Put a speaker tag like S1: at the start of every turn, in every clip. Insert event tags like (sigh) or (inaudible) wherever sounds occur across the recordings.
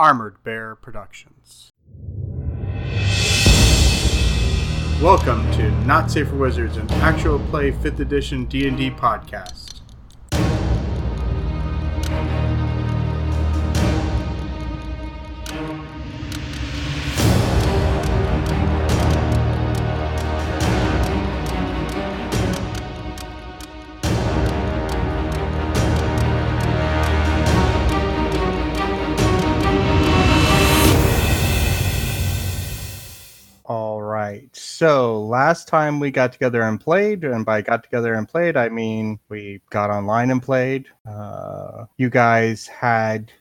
S1: Armored Bear Productions. Welcome to Not Safe for Wizards, an actual play 5th edition D&D podcast. All right. So last time we got together and played, and by got together and played, I mean we got online and played. Uh, you guys had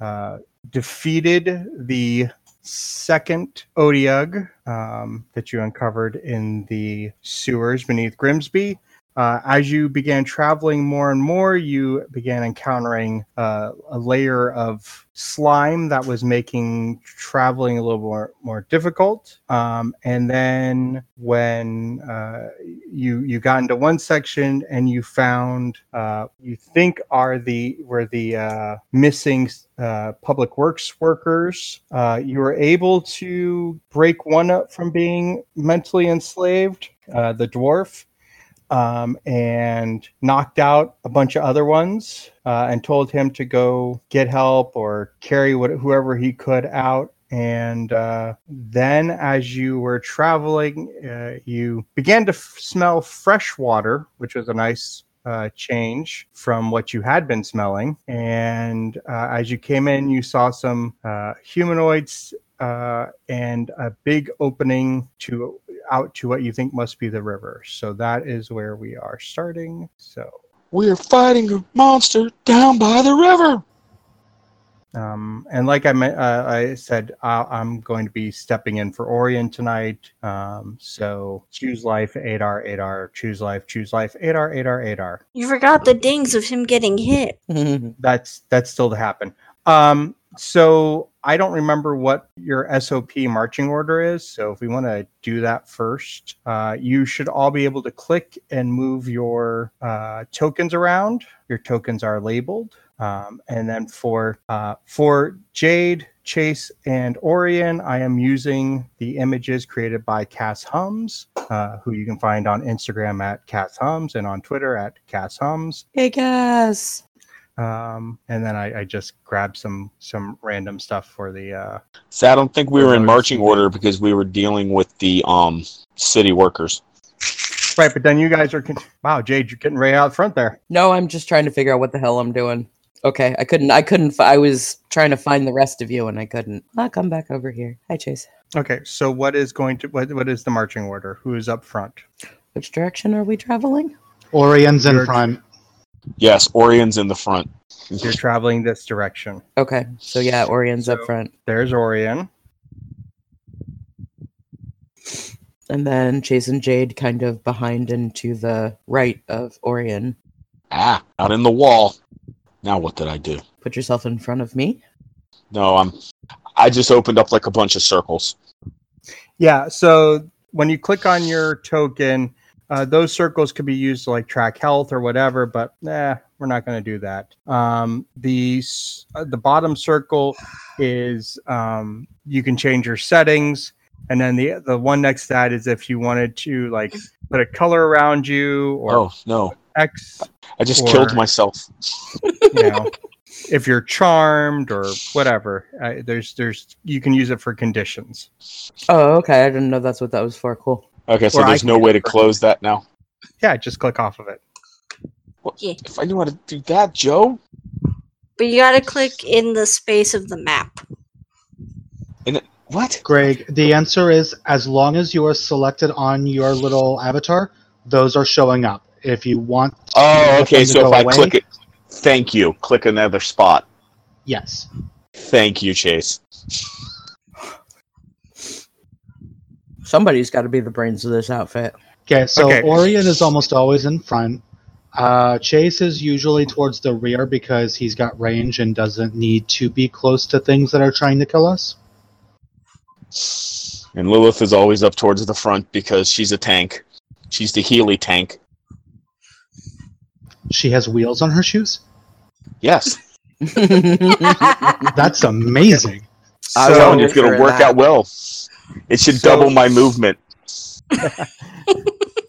S1: uh, defeated the second Odiug um, that you uncovered in the sewers beneath Grimsby. Uh, as you began traveling more and more, you began encountering uh, a layer of slime that was making traveling a little more more difficult. Um, and then when uh, you you got into one section and you found uh, you think are the were the uh, missing uh, public works workers, uh, you were able to break one up from being mentally enslaved. Uh, the dwarf um, and knocked out a bunch of other ones uh, and told him to go get help or carry what, whoever he could out. And uh, then, as you were traveling, uh, you began to f- smell fresh water, which was a nice uh, change from what you had been smelling. And uh, as you came in, you saw some uh, humanoids uh, and a big opening to out to what you think must be the river. So that is where we are starting. So
S2: We're fighting a monster down by the river.
S1: Um, and like I, me- uh, I said, I- I'm going to be stepping in for Orion tonight. Um, so choose life, Adar, Adar, choose life, choose life, Adar, Adar, Adar.
S3: You forgot the dings of him getting hit.
S1: That's that's still to happen. Um, so I don't remember what your SOP marching order is. So if we want to do that first, uh, you should all be able to click and move your uh, tokens around. Your tokens are labeled. Um, and then for uh, for Jade, Chase, and Orion, I am using the images created by Cass Hums, uh, who you can find on Instagram at Cass Hums and on Twitter at Cass Hums.
S4: Hey guys.
S1: Um, and then I, I just grabbed some some random stuff for the uh,
S2: (laughs) See, I don't think we were in
S1: Notice
S2: marching
S1: something.
S2: order because we were dealing with the um city workers.
S1: Right, but then you guys are con- wow, Jade, you're getting right out front there.
S4: No, I'm just trying to figure out what the hell I'm doing. Okay, I couldn't. I couldn't. fi- I was trying to find the rest of you, and I couldn't. I'll come back over here. Hi, Chase.
S1: Okay, so what is going to what, what is the marching order? Who is up front?
S4: Which direction are we traveling?
S5: Orion's in
S1: You're-
S5: front.
S2: Yes, Orion's in the front.
S1: You're traveling this direction.
S4: Okay, so yeah, Orion's up
S1: So-
S4: front,
S1: There's Orion.
S4: and then Chase and Jade kind of behind and to the right of Orion.
S2: Ah, out in the wall. Now what did I do?
S4: Put yourself in front of me.
S2: No, I'm. I just opened up like a bunch of circles.
S1: Yeah, so when you click on your token, uh, those circles could be used to like track health or whatever, but nah, we're not going to do that. Um, the s- uh, the bottom circle is um, you can change your settings, and then the the one next to that is if you wanted to like put a color around you or
S2: Oh no,
S1: X,
S2: I just
S1: Or-
S2: killed myself.
S1: you know, if you're charmed or whatever. Uh, there's there's you can use it for conditions.
S4: Oh, okay. I didn't know that's what that was for. Cool.
S2: Okay, so
S1: Or I
S2: there's no
S1: can-
S2: way to close that now.
S1: Yeah, just click off of it.
S2: If I knew how to do that, Joe.
S3: But you gotta click in the space of the map.
S2: What?
S5: Greg, the answer is as long as you are selected on your little avatar, those are showing up. If you want,
S2: Oh, okay.
S5: Nothing to
S2: So if
S5: go
S2: I
S5: away?
S2: click it, thank you. Click another spot.
S5: yes.
S2: Thank you, Chase.
S4: Somebody's got to be the brains of this outfit. (laughs)
S5: Okay, so
S1: Okay.
S5: Orion is almost always in front. Uh, Chase is usually towards the rear because he's got range and doesn't need to be close to things that are trying to kill us.
S2: And Lilith is always up towards the front because she's a tank. She's the Healy tank.
S5: She
S1: (laughs)
S5: has wheels on her shoes.
S2: Yes.
S5: That's amazing.
S4: I
S2: I'm
S4: was
S2: telling you,
S1: So,
S2: it's going
S4: sure
S2: to
S4: of
S2: work
S4: that.
S2: out well. It should
S1: So- (laughs)
S2: double my movement.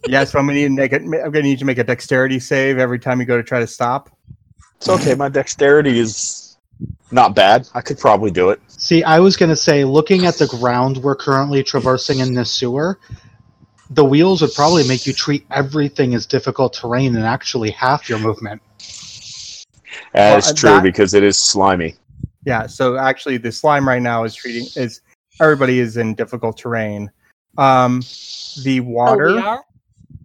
S1: yeah, so I'm gonna need to make it. I'm gonna need you to make a dexterity save every time you go to try to stop.
S2: It's okay. My dexterity is not bad. I could probably do it.
S5: See, I was going to say, looking at the ground we're currently traversing in this sewer, the wheels would probably make you treat everything as difficult terrain and actually half your movement.
S2: That
S1: Well,
S2: is
S1: and
S2: true
S1: that-
S2: because it is slimy.
S1: Yeah, so actually the slime right now is treating is everybody is in difficult terrain. Um the water
S3: Oh, we are?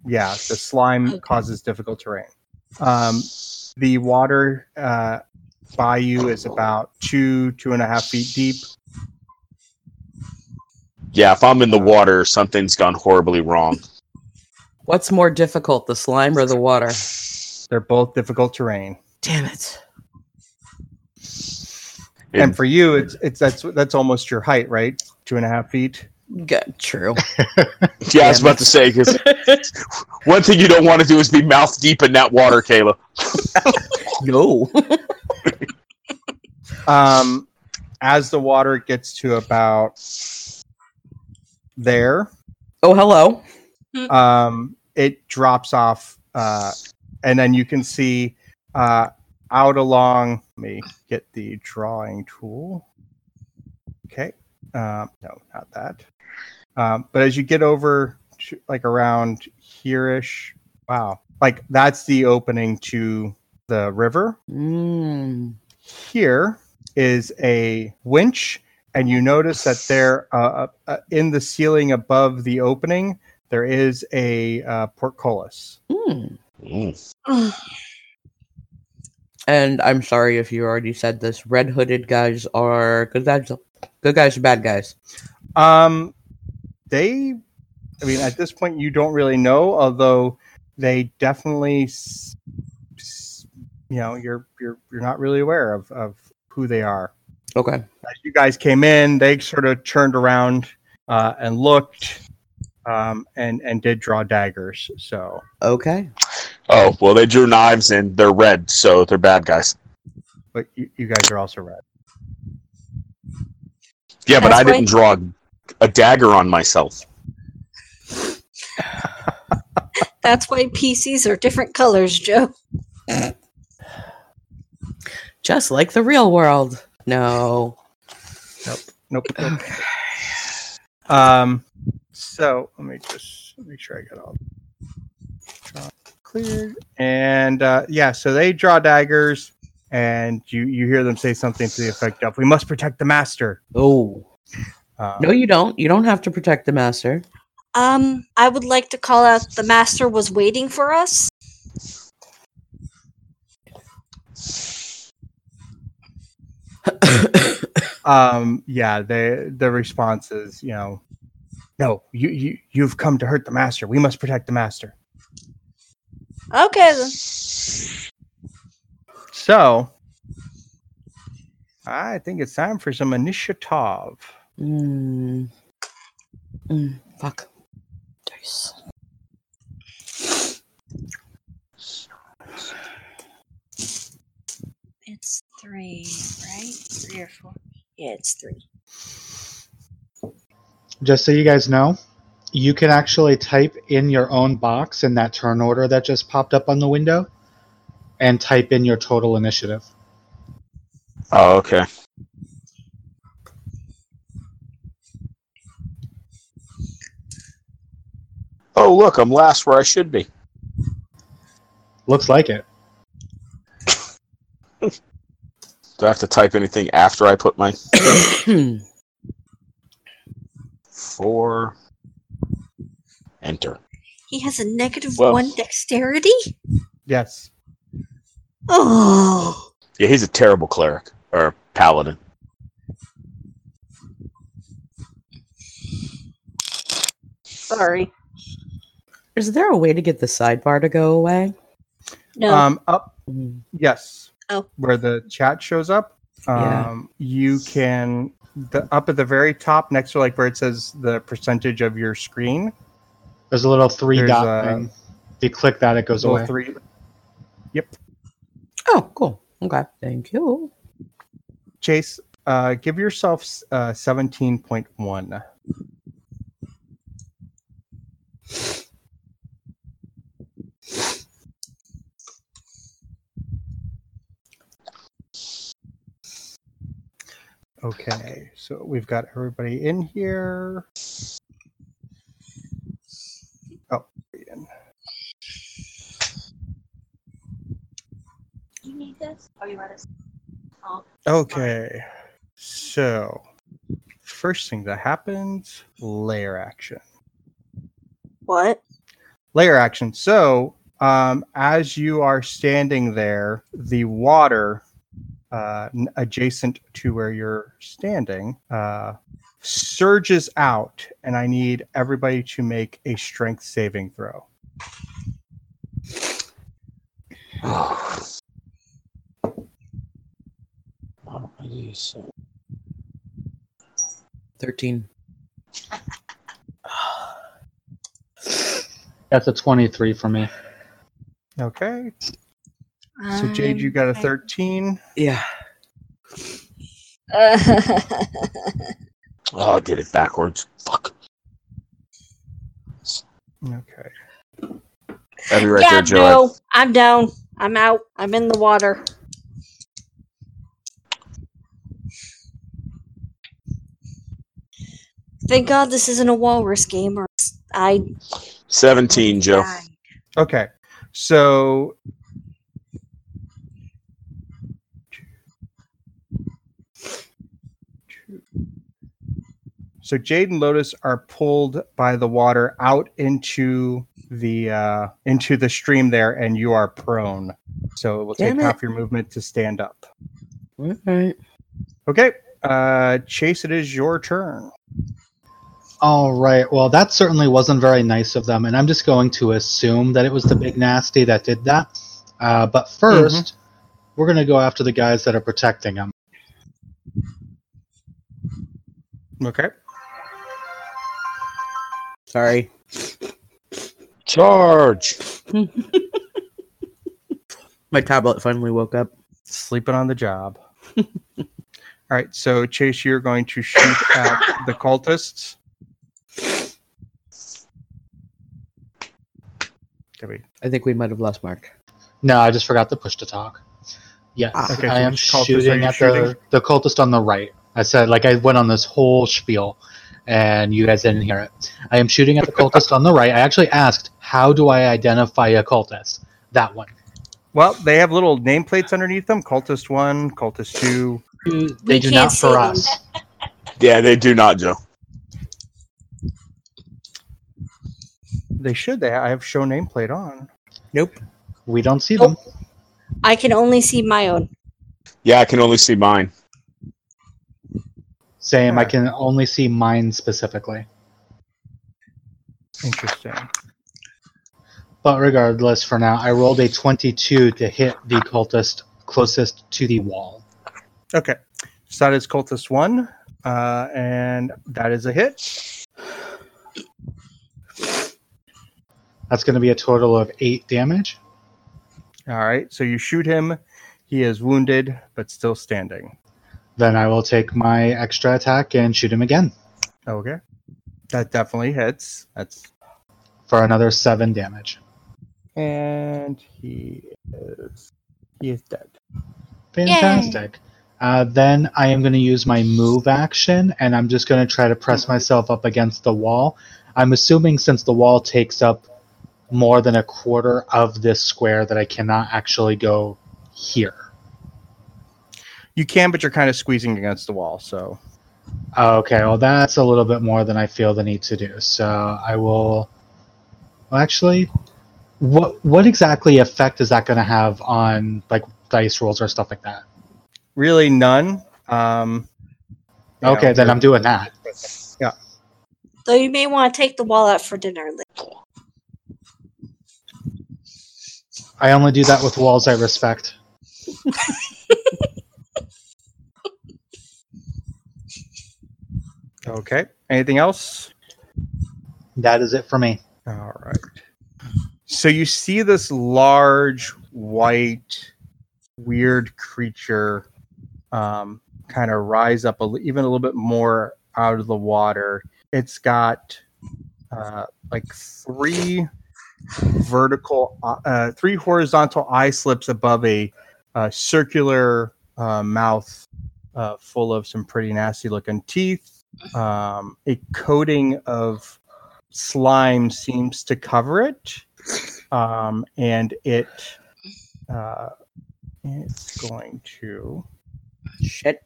S1: yeah, the slime
S3: Okay.
S1: causes difficult terrain. Um the water uh by you is about two, two and a half feet deep.
S2: Yeah, if I'm in the water, something's gone horribly wrong.
S4: What's more difficult, the slime or the water?
S1: They're both difficult terrain.
S4: Damn it.
S2: It-
S1: And for you it's it's that's that's almost your height, right? Two and a half feet.
S4: Good, (laughs) true.
S2: (laughs) yeah, I was about to say because
S1: (laughs)
S2: one thing you don't want to do is be mouth deep in that water, Kayla.
S4: no.
S1: Um as the water gets to about there,
S4: Oh, hello.
S1: um, it drops off, uh, and then you can see uh, out along. Let me get the drawing tool. Okay, um, no, not that. Um, but as you get over, to, like around here-ish, wow, like that's the opening to the river.
S4: Mm.
S1: Here is a winch, and you notice that there, uh, uh, in the ceiling above the opening, there is a uh, portcullis.
S4: Mm.
S2: Mm.
S4: And I'm sorry if you already said this. Red hooded guys are good guys. Good guys or bad guys?
S1: Um, they, I mean, at this point, you don't really know, although they definitely, s- s- you know, you're you're you're not really aware of of who they are.
S4: Okay.
S1: As you guys came in, they sort of turned around uh, and looked, um, and and did draw daggers. So.
S4: Okay.
S2: Oh well, they drew knives and they're red, so they're bad guys.
S1: but you, you guys are also red.
S2: Yeah, but
S3: That's
S2: I didn't draw
S3: right.
S2: a dagger on myself.
S3: That's why PCs are different colors, Joe.
S4: Just like the real world. No.
S1: Nope. nope. um, so let me just make sure I got all draw cleared. And uh, yeah, so they draw daggers, and you you hear them say something to the effect of, "We must protect the master."
S4: Oh.
S1: Uh,
S4: No, you don't. You don't have to protect the (coughs) master.
S3: Um, I would like to call out the master was waiting for us.
S1: um, yeah, the the response is, you know, no, you you you've come to hurt the master. We must protect the master.
S3: Okay, then.
S1: So. I think it's time for some initiative.
S4: mm. Mm, fuck. Dice.
S3: it's three, right? Three or four? Yeah, it's three.
S5: Just so you guys know, you can actually type in your own box in that turn order that just popped up on the window and type in your total initiative.
S2: Oh, okay. Oh, look, I'm last where I should be.
S5: Looks like it.
S2: Do I have to type anything after I put my
S4: Hmm.
S2: four? Enter.
S3: He has a negative
S2: Well.
S3: one dexterity?
S1: Yes.
S3: Oh.
S2: Yeah, he's a terrible cleric or paladin. (sighs)
S3: Sorry.
S4: Is there a way to get the sidebar to go away?
S3: No.
S1: Um, up
S4: Mm.
S1: Yes.
S3: Oh.
S1: Where the chat shows up.
S4: Yeah.
S1: Um, You can the up at the very top next to like where it says the percentage of your screen.
S5: There's a little three
S1: There's
S5: dot
S1: a-
S5: thing. If you click that, it goes
S1: So
S5: away.
S1: three.
S4: Oh, cool. Okay. Thank you.
S1: Chase, Uh, give yourself s- uh, 17.1. Okay, so we've got everybody in here. Oh, Ian.
S6: Do you need this? Oh, you want us?
S1: Okay. So, first thing that happens layer action.
S3: What?
S1: Layer action. So, um, as you are standing there, the water uh, n- adjacent to where you're standing uh, surges out, and I need everybody to make a strength saving throw.
S2: Oh,
S4: Thirteen.
S5: That's a 23 for me.
S1: Okay. So, Jade, you
S3: Um,
S1: got a (laughs) 13.
S4: Yeah.
S2: Oh, I did it backwards. Fuck.
S1: Okay.
S2: That'd be right
S3: yeah,
S2: there, Joey.
S3: no, I'm down. I'm out. I'm in the water. Thank God this isn't a walrus game, or else I
S2: 17, Joe.
S3: die.
S1: Okay. So So Jade and Lotus are pulled by the water out into the uh into the stream there and you are prone. So it will
S4: Damn
S1: take
S4: it.
S1: half your movement to stand up.
S4: All right.
S1: Okay. Uh Chase, it is your turn.
S5: All right. Well, that certainly wasn't very nice of them, and I'm just going to assume that it was the big nasty that did that. Uh, but 1st we
S1: Mm-hmm.
S5: we're going to go after the guys that are protecting them.
S1: Okay.
S4: Sorry.
S2: Charge.
S4: My tablet finally woke up.
S1: Sleeping on the job. All right, so Chase, you're going to shoot at the cultists. Did we-
S4: I think we might have lost Mark.
S5: No, I just forgot to push to talk. Yes,
S4: Ah.
S1: Okay,
S5: I
S1: so
S5: am
S1: which cultist are
S5: shooting
S1: you
S5: at
S1: shooting?
S5: the the cultist on the right. I said like I went on this whole spiel, and you guys didn't hear it. I am shooting at the cultist on the right. I actually asked, "How do I identify a cultist?" That one.
S1: Well, they have little nameplates underneath them. Cultist one, cultist two.
S5: They
S3: We
S5: do
S3: can't
S5: not
S3: see
S5: for
S3: them.
S5: us.
S2: Yeah, they do not, Joe.
S1: They should. They I have show nameplate on.
S5: We don't see them.
S3: Oh. I can only see my own.
S2: Yeah, I can only see mine.
S5: Same. I
S1: Yeah.
S5: can only see mine specifically.
S1: Interesting.
S5: But regardless, for now, I rolled a 22 to hit the cultist closest to the wall.
S1: Okay, so that is cultist one, uh, and that is a hit.
S5: That's going to be a total of eight damage.
S1: All right, so you shoot him. He is wounded but still standing.
S5: Then I will take my extra attack and shoot him again
S1: Okay, that definitely hits. That's
S5: for another seven damage.
S1: and he is he is dead.
S5: Fantastic. Uh, then I am going to use my move action, and I'm just going to try to press myself up against the wall. I'm assuming since the wall takes up more than a quarter of this square, that I cannot actually go here.
S1: You can, but you're kind of squeezing against the wall. So
S5: Okay, well, that's a little bit more than I feel the need to do. So I will. Well, actually, what what exactly effect is that going to have on like dice rolls or stuff like that?
S1: really none. Um, you
S5: okay,
S1: know,
S5: then I'm doing that.
S3: Though you may want to take the wall out for dinner later.
S5: I only do that with walls I respect.
S1: okay. Anything else?
S5: That is it for me.
S1: All right. So you see this large white weird creature um, kind of rise up a, li- even a little bit more out of the water. It's got uh, like three vertical, uh, three horizontal eye slips above a uh, circular uh, mouth uh, full of some pretty nasty looking teeth. Um, a coating of slime seems to cover it, um, and it uh, it's going to.
S4: Shit.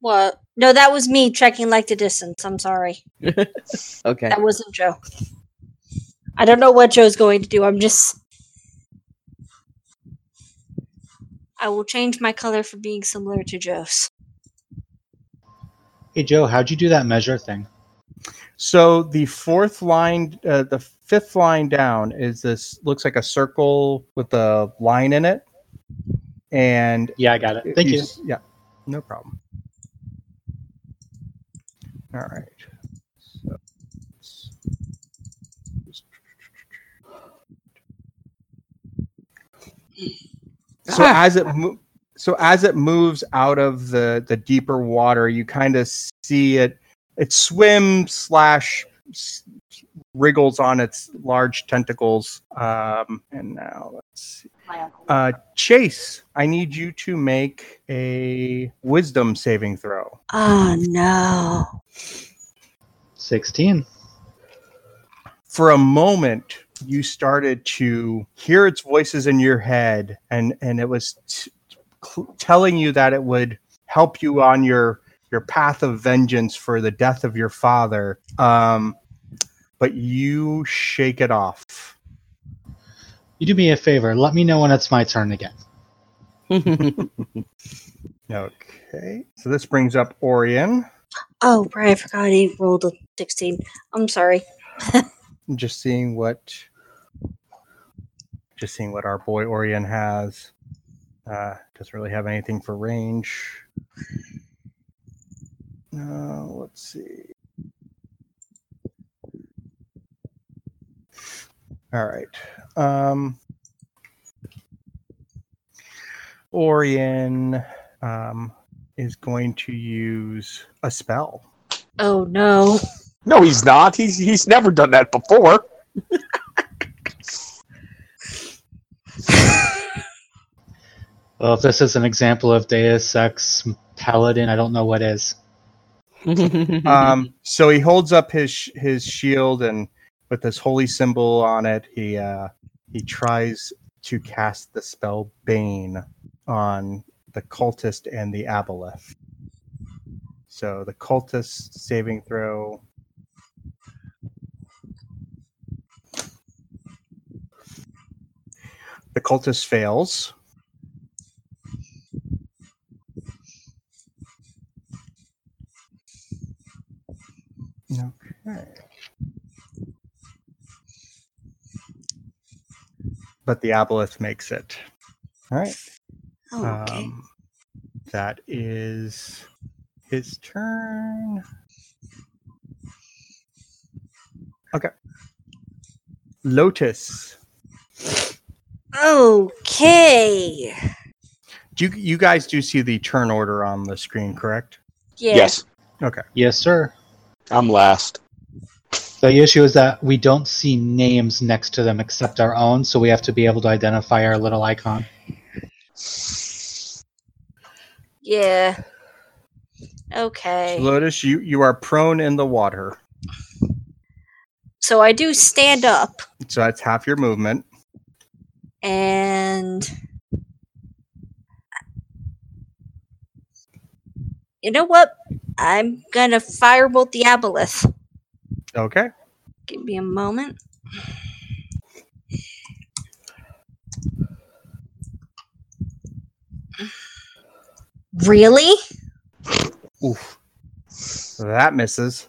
S3: What? No, that was me checking like the distance. I'm sorry.
S4: Okay.
S3: That wasn't Joe. I don't know what Joe's going to do. I'm just. I will change my color for being similar to Joe's.
S5: Hey Joe, how'd you do that measure thing?
S1: So the fourth line, uh, the fifth line down is this looks like a circle with a line in it, and
S5: Yeah, I got it. Thank you.
S1: s- Yeah, no problem. All right. So, it's- so
S4: Ah.
S1: as it mo- so as it moves out of the the deeper water, you kind of see it it swims slash s- wriggles on its large tentacles. Um, and now let's see. Uh, Chase, I need you to make a wisdom saving throw.
S3: Oh no.
S5: Sixteen.
S1: For a moment, you started to hear its voices in your head, and and it was t- cl- telling you that it would help you on your your path of vengeance for the death of your father. Um, but you shake it off.
S5: You do me a favor. Let me know when it's my turn again.
S1: Okay, so this brings up Orion.
S3: Oh, right. I forgot he rolled a 16. I'm sorry.
S1: just seeing what just seeing what our boy Orion has. Uh, doesn't really have anything for range. No, let's see. All right. Um, Orion um, is going to use a spell.
S3: Oh no.
S2: No, he's not. He's he's never done that before.
S5: Well, if this is an example of Deus Ex Paladin, I don't know what is.
S1: um, so he holds up his sh- his shield and with this holy symbol on it, he uh, he tries to cast the spell Bane on the cultist and the aboleth. So the cultist saving throw. The cultist fails. Okay. But the aboleth makes it. All right.
S3: Oh, okay.
S1: Um, that is his turn. Okay. Lotus.
S3: okay.
S1: Do you, you guys do see the turn order on the screen, correct?
S3: Yeah.
S2: Yes,
S5: Yes, sir.
S2: I'm last.
S5: The issue is that we don't see names next to them except our own, so we have to be able to identify our little icon.
S3: Yeah. Okay.
S1: Lotus, you, you are prone in the water.
S3: So I do stand up
S1: So that's half your movement.
S3: and you know what? I'm gonna firebolt the aboleth.
S1: Okay.
S3: Give me a moment. Really?
S1: Oof. That misses.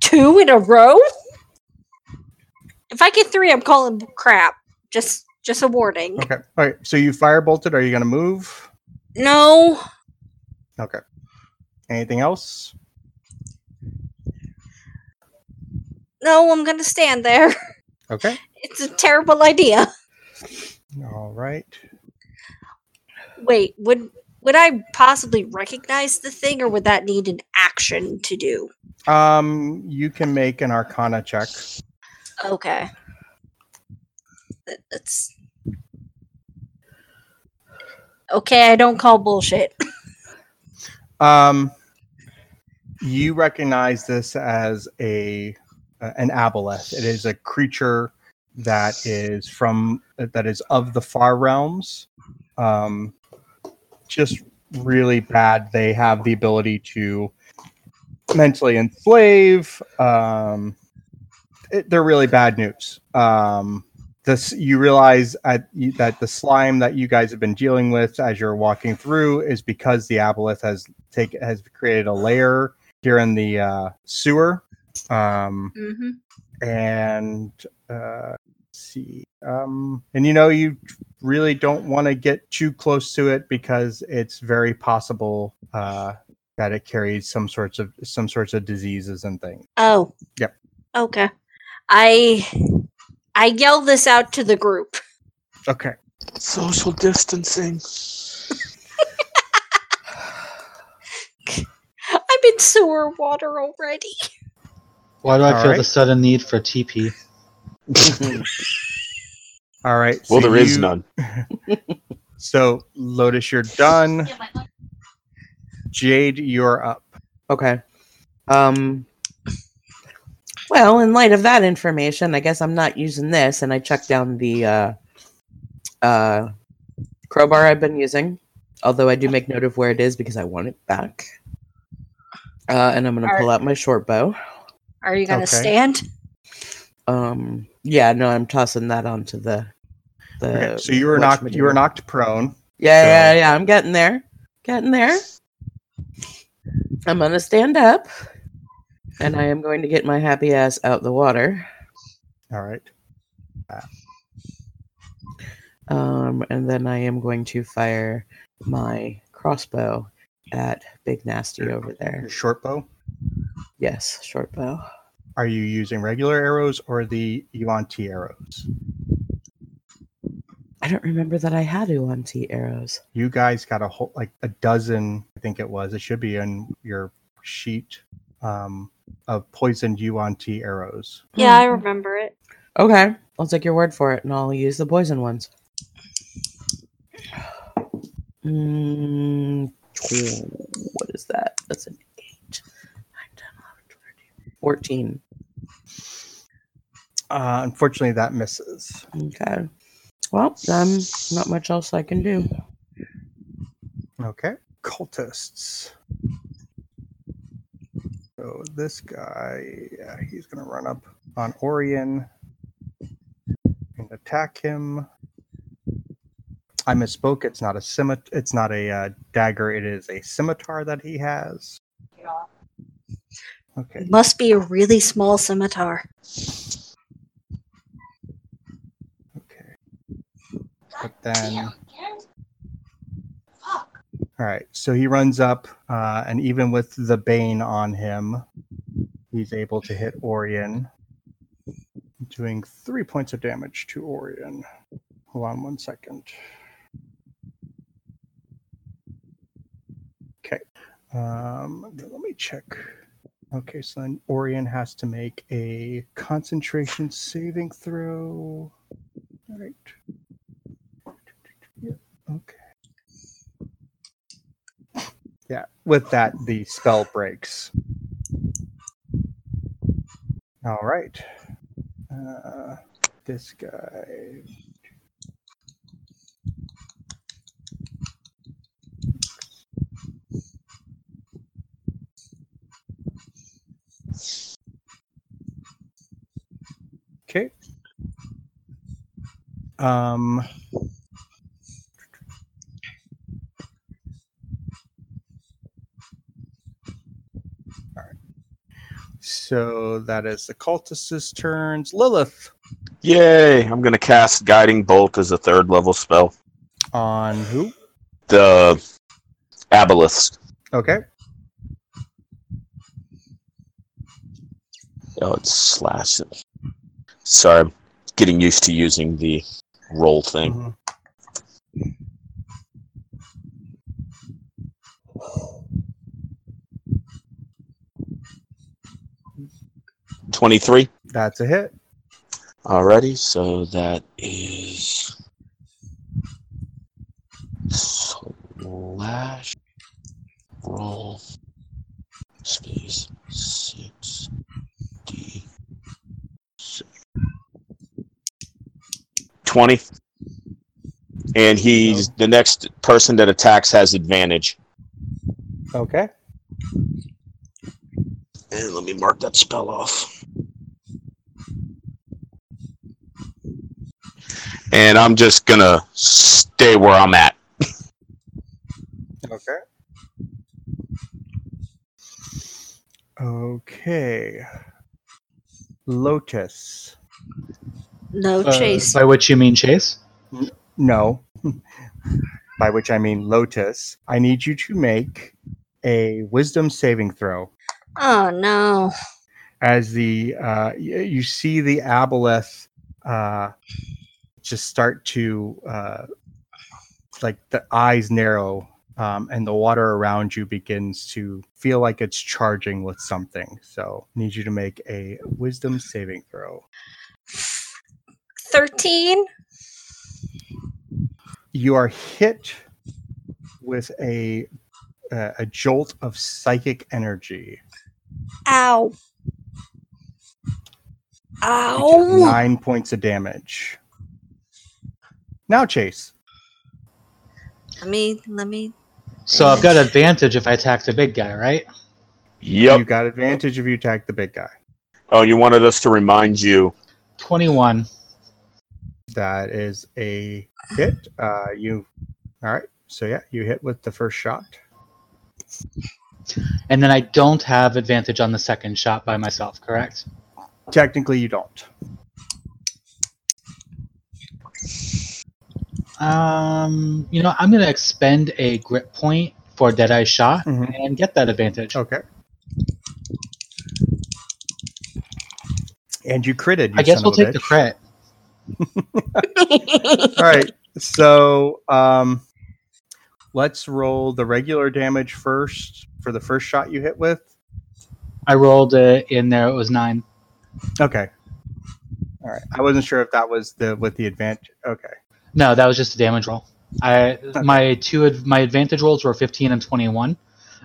S3: Two in a row? If I get three, I'm calling crap. Just just a warning.
S1: Okay. All right. So you firebolted. Are you going to move?
S3: No.
S1: Okay. Anything else?
S3: No, I'm gonna stand there. (laughs)
S1: Okay.
S3: It's a terrible idea.
S1: All right.
S3: Wait, would would I possibly recognize the thing, or would that need an action to do?
S1: Um, you can make an Arcana check.
S3: Okay. That, that's okay. I don't call bullshit.
S1: Um, you recognize this as a uh, an aboleth. It is a creature that is from that is of the far realms. Um, just really bad. They have the ability to mentally enslave. Um, it, they're really bad news. Um, this you realize at, you- that the slime that you guys have been dealing with as you're walking through is because the aboleth has take has created a layer here in the uh, sewer. Um,
S3: Mm-hmm.
S1: and uh, let's see um, and you know you really don't want to get too close to it because it's very possible uh, that it carries some sorts of some sorts of diseases and things
S3: Oh.
S1: Yep.
S3: Okay. I I yell this out to the group. (laughs)
S1: okay
S2: Social distancing.
S3: I'm in sewer water already.
S5: Why do I feel the
S1: Alright.
S5: sudden need for TP?
S1: all right
S2: Well,
S1: so
S2: there is
S1: you-
S2: none.
S1: so lotus you're done jade you're up
S4: Okay. Um. Well, in light of that information, I guess I'm not using this, and I chuck down the uh, uh, crowbar I've been using. Although I do make note of where it is because I want it back. Uh, and I'm going to
S3: Alright.
S4: pull out my short bow.
S3: Are you gonna
S1: Okay.
S3: stand?
S4: Um. Yeah. No, I'm tossing that onto the. the Uh,
S1: okay, so you were knocked you were knocked prone
S4: Yeah,
S1: So-
S4: yeah, yeah. I'm getting there. Getting there. I'm going to stand up and I am going to get my happy ass out the water.
S1: all right
S4: Um, and then I am going to fire my crossbow at Big Nasty over there.
S1: your short bow
S4: Yes, short bow.
S1: are you using regular arrows or the Yuan-Ti arrows?
S4: I don't remember that I had Uanti arrows.
S1: you guys got a whole like a dozen i think it was it should be in your sheet um of poisoned yuan t arrows
S3: Yeah, I remember it.
S4: Okay, I'll take your word for it, and I'll use the poison ones. Mm, tw- what is that? That's an 8, 9, 10, 11, 12, 13, 14.
S1: uh unfortunately that misses
S4: Okay. Well, um, not much else I can do.
S1: okay cultists so this guy yeah, he's gonna run up on orion and attack him i misspoke it's not a scimit it's not a uh, dagger it is a scimitar that he has okay
S3: It must be a really small scimitar.
S1: Okay. But then. All right. So he runs up, uh, and even with the Bane on him, he's able to hit Orion, doing three points of damage to Orion. Hold on one second. Okay. Um, let me check. Okay, so then Orion has to make a concentration saving throw. All right. Yep, Okay. Yeah, with that, the spell breaks. All right. Uh, this guy. Okay. Um, so that is the cultist's turns. Lilith
S2: Yay! I'm gonna cast Guiding Bolt as a third level spell.
S1: on who?
S2: The Abelisk.
S1: Okay.
S2: Oh, it's slash. Sorry, I'm getting used to using the roll thing.
S1: Mhm.
S2: Mm-hmm. Twenty-three.
S1: That's a hit.
S2: Alrighty, so that is slash roll space six D twenty. And he's the next person that attacks has advantage.
S1: Okay.
S2: And let me mark that spell off. And I'm just gonna stay where I'm at.
S1: Okay. Okay. Lotus.
S3: No
S5: Uh,
S3: chase.
S5: By which you mean chase?
S1: No. (laughs) By which I mean Lotus. I need you to make a wisdom saving throw.
S3: Oh no.
S1: as the uh, y- you see the aboleth uh, just start to uh, like the eyes narrow um, and the water around you begins to feel like it's charging with something so need you to make a wisdom saving throw
S3: Thirteen.
S1: you are hit with a uh, a jolt of psychic energy
S3: Ow.
S1: You take
S3: Ow.
S1: nine points of damage now chase
S3: Let me. Let me.
S5: So I've got advantage if I attack the big guy, right?
S1: You
S2: Yep.
S1: got advantage if you attack the big guy.
S2: Oh, you wanted us to remind you.
S5: 21.
S1: That is a hit. Uh, you, all right. So yeah, you hit with the first shot.
S5: And then I don't have advantage on the second shot by myself, correct?
S1: Technically, you don't.
S5: Um, you know, I'm going to expend a grip point for Deadeye Shot
S1: Mhm.
S5: and get that advantage.
S1: Okay. And you critted. You
S5: I guess
S1: son of
S5: we'll
S1: a
S5: take the
S1: bitch.
S5: crit.
S1: All right. So um, let's roll the regular damage first for the first shot you hit with.
S5: I rolled it in there. It was nine.
S1: Okay. All right. I wasn't sure if that was the with the advantage. Okay.
S5: No, that was just a damage roll. I my two ad- my advantage rolls were 15 and 21.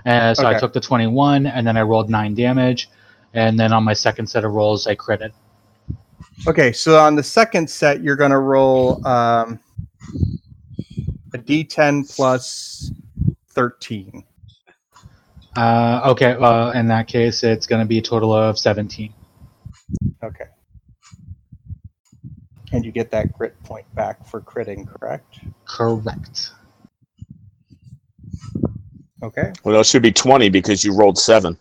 S5: Uh, so I
S1: Okay.
S5: took the 21 and then I rolled 9 damage and then on my second set of rolls I critted.
S1: Okay, so on the second set, you're going to roll um, a d10 plus 13.
S5: Uh, okay, well in that case it's going to be a total of 17.
S1: Okay. And you get that grit point back for critting, correct?
S5: Correct.
S1: Okay.
S2: Well, that should be 20 because you rolled seven.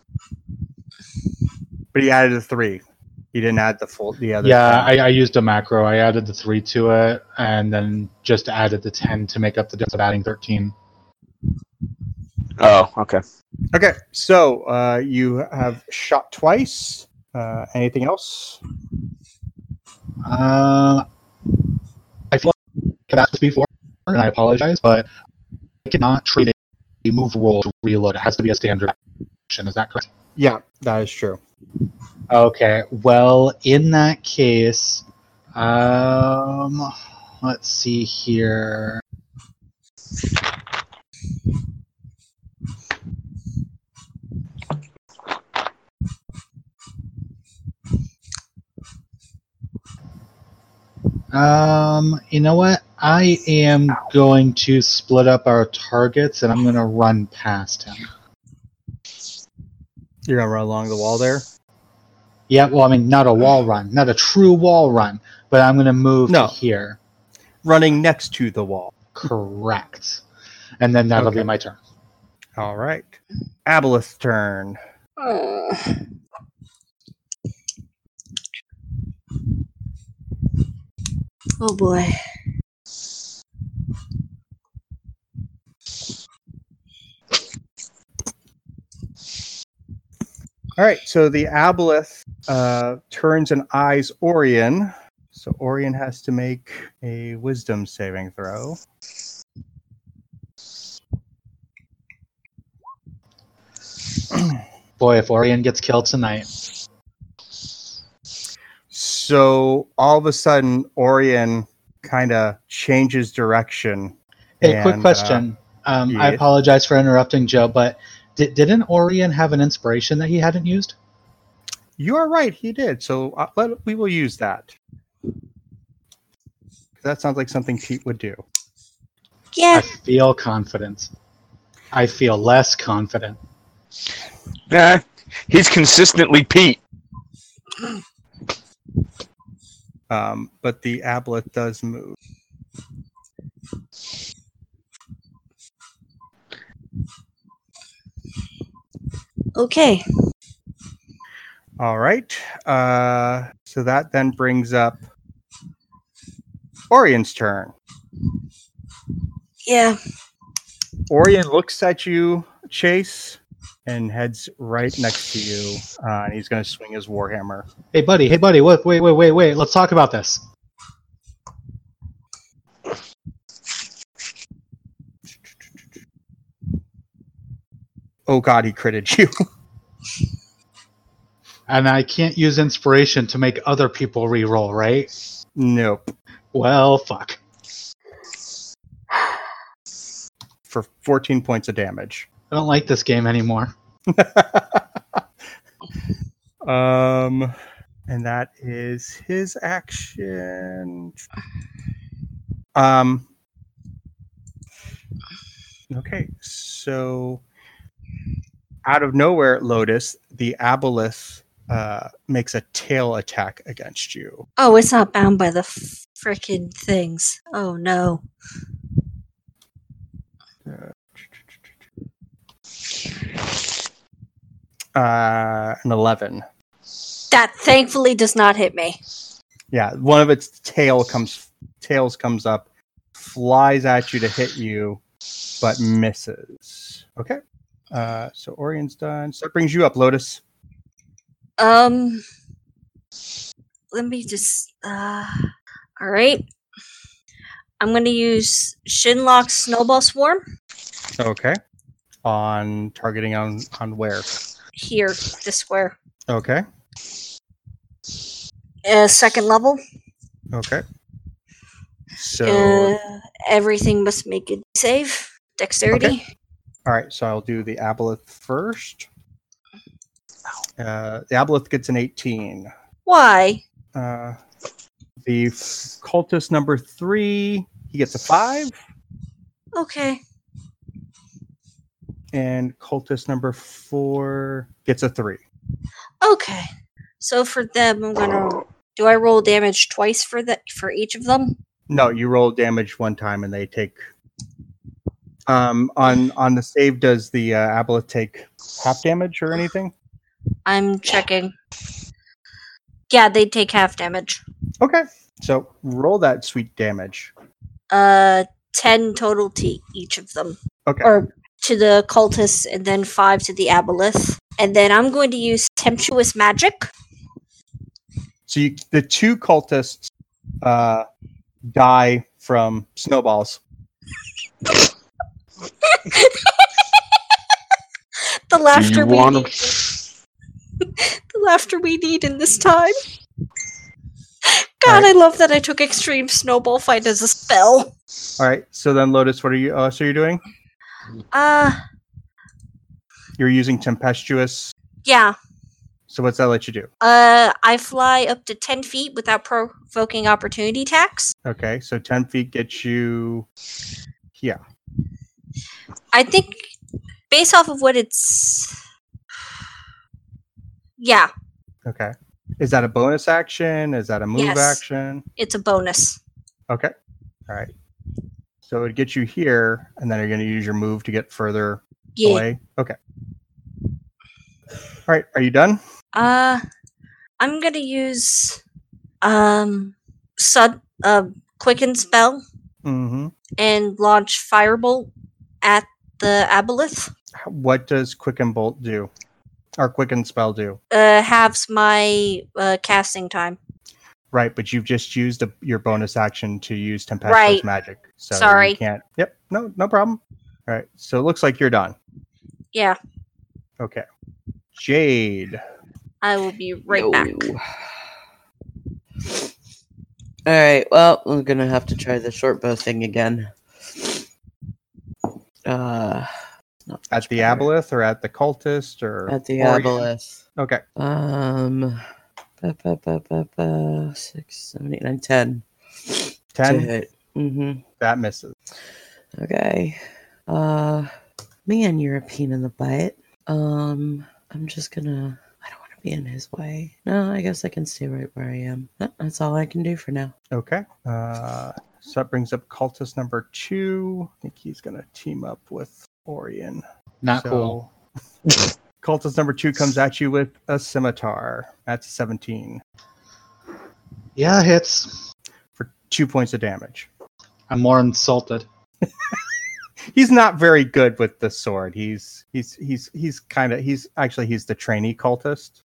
S1: But he added a three. He didn't add the full, the other.
S5: Yeah,
S1: thing.
S5: I, I used a macro. I added the 3 to it and then just added the 10 to make up the difference of adding 13.
S2: Oh, okay.
S1: okay, so uh, you have shot twice. Uh, anything else?
S5: Uh, I feel like I've asked this before, and I apologize, but I cannot treat a move roll to reload. It has to be a standard action. Is that correct?
S1: Yeah, that is true.
S5: Okay. Well, in that case, um, let's see here. Um, you know what? I am going to split up our targets and I'm going to run past him.
S1: You're going to run along the wall there?
S5: Yeah, well, I mean, not a wall run, not a true wall run, but I'm going to move
S1: No.
S5: to here.
S1: Running next to the wall.
S5: Correct. And then that'll be
S1: Okay.
S5: my turn.
S1: All right. Aboleth's turn.
S3: (sighs) Uh, Oh boy.
S1: All right, so the aboleth uh, turns and eyes Orion. So Orion has to make a wisdom saving throw.
S5: Boy, if Orion gets killed tonight,
S1: So all of a sudden, Orion kind of changes direction.
S5: hey, quick
S1: And, uh,
S5: question. um, I
S1: yes.
S5: apologize for interrupting, Joe, but di- didn't Orion have an inspiration that he hadn't used?
S1: You are right, he did. So uh, let, we will use that. That sounds like something Pete would do.
S3: Yeah.
S5: I feel confident. I feel less confident.
S2: Nah, he's consistently Pete.
S1: Um, but the ablet does move.
S3: Okay.
S1: All right. Uh, so that then brings up Orion's turn.
S3: Yeah.
S1: Orion looks at you, Chase, and heads right next to you. Uh, and he's going to swing his warhammer.
S5: Hey, buddy. Hey, buddy. Wait, wait, wait, wait, wait. Let's talk about this.
S1: Oh God, he critted (laughs) you.
S5: And I can't use inspiration to make other people reroll, right?
S1: nope.
S5: Well, fuck.
S1: For 14 points of damage.
S5: I don't like this game anymore.
S1: um, and that is his action. Um. Okay, so out of nowhere, Lotus, the aboleth uh, makes a tail attack against you.
S3: Oh, it's not bound by the freaking things. Oh no.
S1: Uh, an eleven.
S3: That thankfully does not hit me.
S1: Yeah, one of its tail comes tails comes up, flies at you to hit you, but misses. Okay. Uh, so Orion's done. So that brings you up, Lotus.
S3: Um let me just uh all right. I'm gonna use Shinlock Snowball Swarm
S1: Okay. On targeting on on where?
S3: here, this square.
S1: Okay.
S3: Uh, second level.
S1: Okay. So
S3: Uh, everything must make it save. Dexterity.
S1: all right. So I'll do the aboleth first. Uh, the aboleth gets an eighteen.
S3: Why?
S1: Uh, the cultist number three, he gets a five,
S3: Okay.
S1: and cultist number four gets a three.
S3: Okay. So for them I'm gonna do I roll damage twice for the for each of them?
S1: No, you roll damage one time, and they take. Um, on on the save, does the uh, aboleth take half damage or anything?
S3: I'm checking. Yeah, they take half damage.
S1: Okay, so roll that sweet damage.
S3: Uh, ten total to each of them,
S1: Okay,
S3: or to the cultists, and then five to the aboleth. And then I'm going to use temptuous magic.
S1: so you, the two cultists uh, die from snowballs.
S3: The
S2: Do you
S3: laughter we
S2: want
S3: need, (laughs) the laughter we need in this time. God,
S1: Alright.
S3: I love that I took extreme snowball fight as a spell.
S1: All right, so then Lotus, what are you? Uh, so you're doing?
S3: Uh,
S1: You're using tempestuous.
S3: yeah.
S1: So what's that let you do?
S3: Uh, I fly up to ten feet without provoking opportunity attacks.
S1: Okay, so ten feet gets you.
S3: I think based off of what it's Yeah,
S1: Okay, is that a bonus action? Is that a move
S3: Yes.
S1: action?
S3: it's a bonus.
S1: Okay, all right. So it gets you here, and then you're going to use your move to get further
S2: Oh,
S3: Yeah.
S1: away. Okay. All right, are you done?
S3: Uh I'm going to use um sud uh quicken spell
S1: Mm-hmm.
S3: and launch firebolt at the aboleth.
S1: What does quicken bolt do? our quicken spell do?
S3: Uh, halves my uh, casting time.
S1: Right, but you've just used a, your bonus action to use tempestuous
S3: Right.
S1: magic. So
S3: Sorry.
S1: You can't. Yep. No. No problem. All right. So it looks like you're done.
S3: Yeah,
S1: Okay. Jade.
S3: I will be right back.
S4: All right. Well, I'm gonna have to try the short bow thing again. Uh, not
S1: At
S4: much
S1: the
S4: better.
S1: aboleth or at the cultist or
S4: At the
S1: Orion?
S4: aboleth.
S1: Okay.
S4: Um, ba, ba, ba, ba, ba, six, seven, eight, nine, ten.
S1: Ten.
S4: Mm-hmm.
S1: That misses.
S4: Okay. Uh, man, you're a pain in the butt. Um, I'm just gonna. I don't want to be in his way. No, I guess I can stay right where I am. No, that's all I can do for now.
S1: Okay. Uh, so that brings up cultist number two. I think he's gonna team up with Orion.
S5: Not
S1: So-
S5: cool.
S1: (laughs) Cultist number two comes at you with a scimitar. That's a 17
S5: Yeah, hits.
S1: for two points of damage.
S5: I'm more insulted.
S1: He's not very good with the sword. He's he's he's he's kind of he's actually he's the trainee cultist.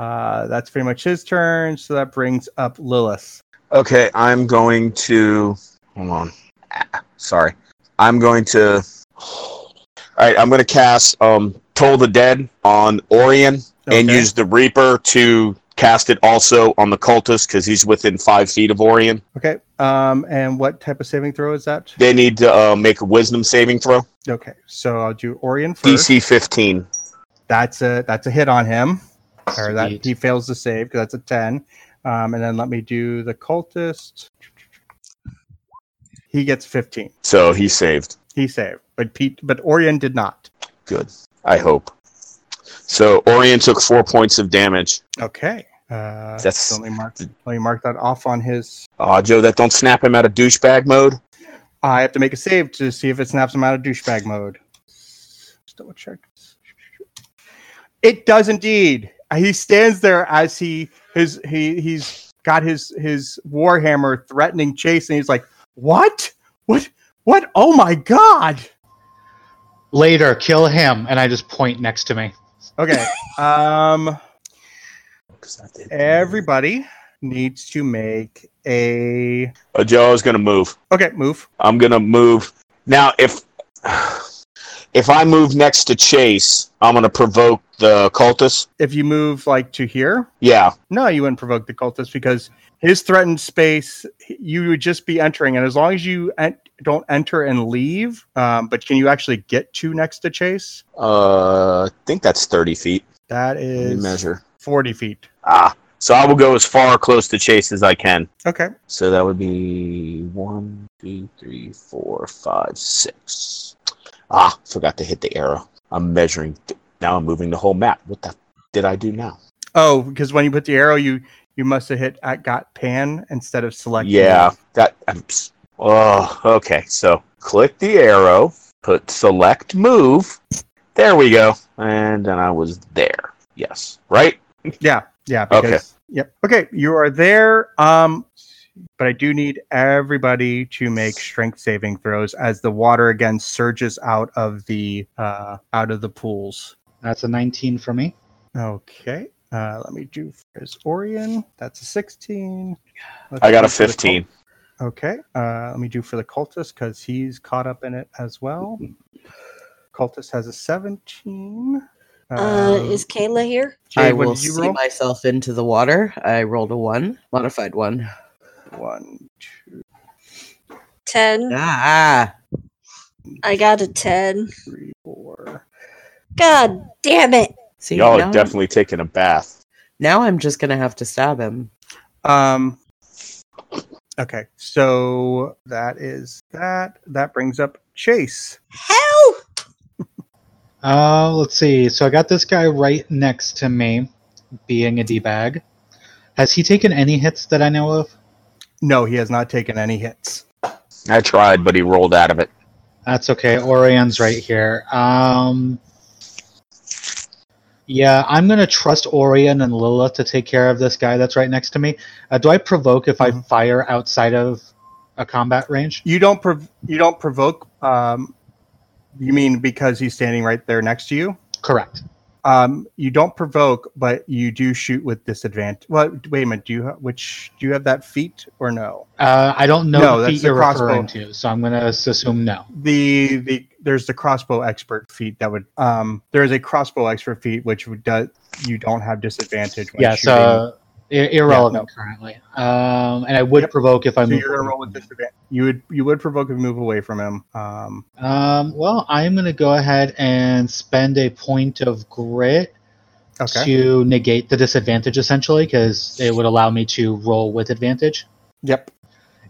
S1: Uh, that's pretty much his turn. So that brings up Lilith.
S2: Okay, I'm going to. Hold on. Ah, Sorry. I'm going to. All right, I'm going to cast um, Toll the Dead on Orion and
S1: Okay.
S2: use the Reaper to cast it also on the cultist because he's within five feet of Orion.
S1: Okay. Um, and what type of saving throw is that?
S2: They need to uh, make a Wisdom saving throw.
S1: Okay. So I'll do Orion first.
S2: DC 15.
S1: That's a that's a hit on him, or that
S5: Sweet.
S1: he fails to save because that's a 10. Um, and then let me do the cultist. He gets 15.
S2: So he saved.
S1: He saved, but Pete, but Orion did not.
S2: Good. I hope. So Orion took four points of damage.
S1: Okay. Uh,
S2: That's-
S1: so let me mark. Let me mark that off on his.
S2: Aw, Joe, that don't snap him out of douchebag mode.
S1: I have to make a save to see if it snaps him out of douchebag mode. Just double check. It does indeed. He stands there as he his he he's got his his warhammer threatening chase, and he's like, "What? What? What? Oh my god!"
S5: Later, kill him, and I just point next to me.
S1: Okay. um. Everybody needs to make a
S2: Uh, Joe, I was going to move.
S1: Okay, move.
S2: I'm gonna move now. If if I move next to Chase, I'm gonna provoke the cultist.
S1: If you move like to here,
S2: Yeah,
S1: no, you wouldn't provoke the cultist because his threatened space, you would just be entering. And as long as you en- don't enter and leave, um, but can you actually get to next to Chase?
S2: uh, I think that's thirty feet.
S1: That
S2: Let me
S1: is
S2: measure.
S1: 40 feet.
S2: Ah, so I will go as far close to Chase as I can.
S1: Okay.
S2: So that would be one, two, three, four, five, six. Ah, forgot to hit the arrow. I'm measuring. Now I'm moving the whole map. What the did I do now?
S1: Oh, because when you put the arrow, you you must have hit at got pan instead of select.
S2: Yeah,
S1: move.
S2: that. I'm s- Oh, okay. So click the arrow, put select move. There we go. And then I was there. Yes, right?
S1: Yeah. Yeah.
S2: Okay.
S1: Because, Yep. Okay. You are there. Um, but I do need everybody to make strength saving throws as the water again surges out of the uh, out of the pools.
S5: That's a 19 for me.
S1: Okay. Uh, let me do for his Orion. That's a 16. Let's
S2: I got
S1: do
S2: a
S1: for the cult-
S2: 15.
S1: Okay. Uh, let me do for the cultist because he's caught up in it as well. Cultist has a 17.
S3: Uh,
S1: Um,
S3: is Kayla here?
S4: I
S1: Jade, what
S4: will
S1: did you
S4: see
S1: roll?
S4: myself into the water. I rolled a one, modified (sighs) one.
S1: One, two,
S3: Ten.
S4: Ah,
S3: I got a ten.
S1: three, four.
S3: God damn it!
S4: see,
S2: Y'all
S4: now,
S2: are definitely taking a bath.
S4: now I'm just gonna have to stab him.
S1: Um. Okay, so that is that. That brings up Chase.
S3: Help!
S5: Uh, let's see. So I got this guy right next to me, being a D bag. Has he taken any hits that I know of?
S1: No, he has not taken any hits.
S2: I tried, but he rolled out of it.
S5: That's okay. Orion's right here. Um, yeah, I'm gonna trust Orion and Lilith to take care of this guy that's right next to me. Uh, do I provoke if I
S1: Mhm.
S5: fire outside of a combat range?
S1: You don't prov- you don't provoke. Um, you mean because he's standing right there next to you?
S5: Correct.
S1: Um, you don't provoke, but you do shoot with disadvantage. Well, wait a minute. Do you ha- which do you have that feat or no?
S5: Uh, I don't know
S1: No,
S5: the
S1: that's
S5: feat
S1: the
S5: you're
S1: crossbow.
S5: referring to, so I'm going to assume no.
S1: The the there's the crossbow expert feat that would um there is a crossbow expert feat which would does you don't have disadvantage. When
S5: yeah,
S1: shooting.
S5: so i- irrelevant currently. Um, and I would
S1: Yep.
S5: provoke if I
S1: So
S5: move.
S1: you're gonna roll with disadvantage. You would you would provoke and move away from him. Um,
S5: Um, well, I'm going to go ahead and spend a point of grit
S1: okay.
S5: to negate the disadvantage, essentially, because it would allow me to roll with advantage.
S1: Yep.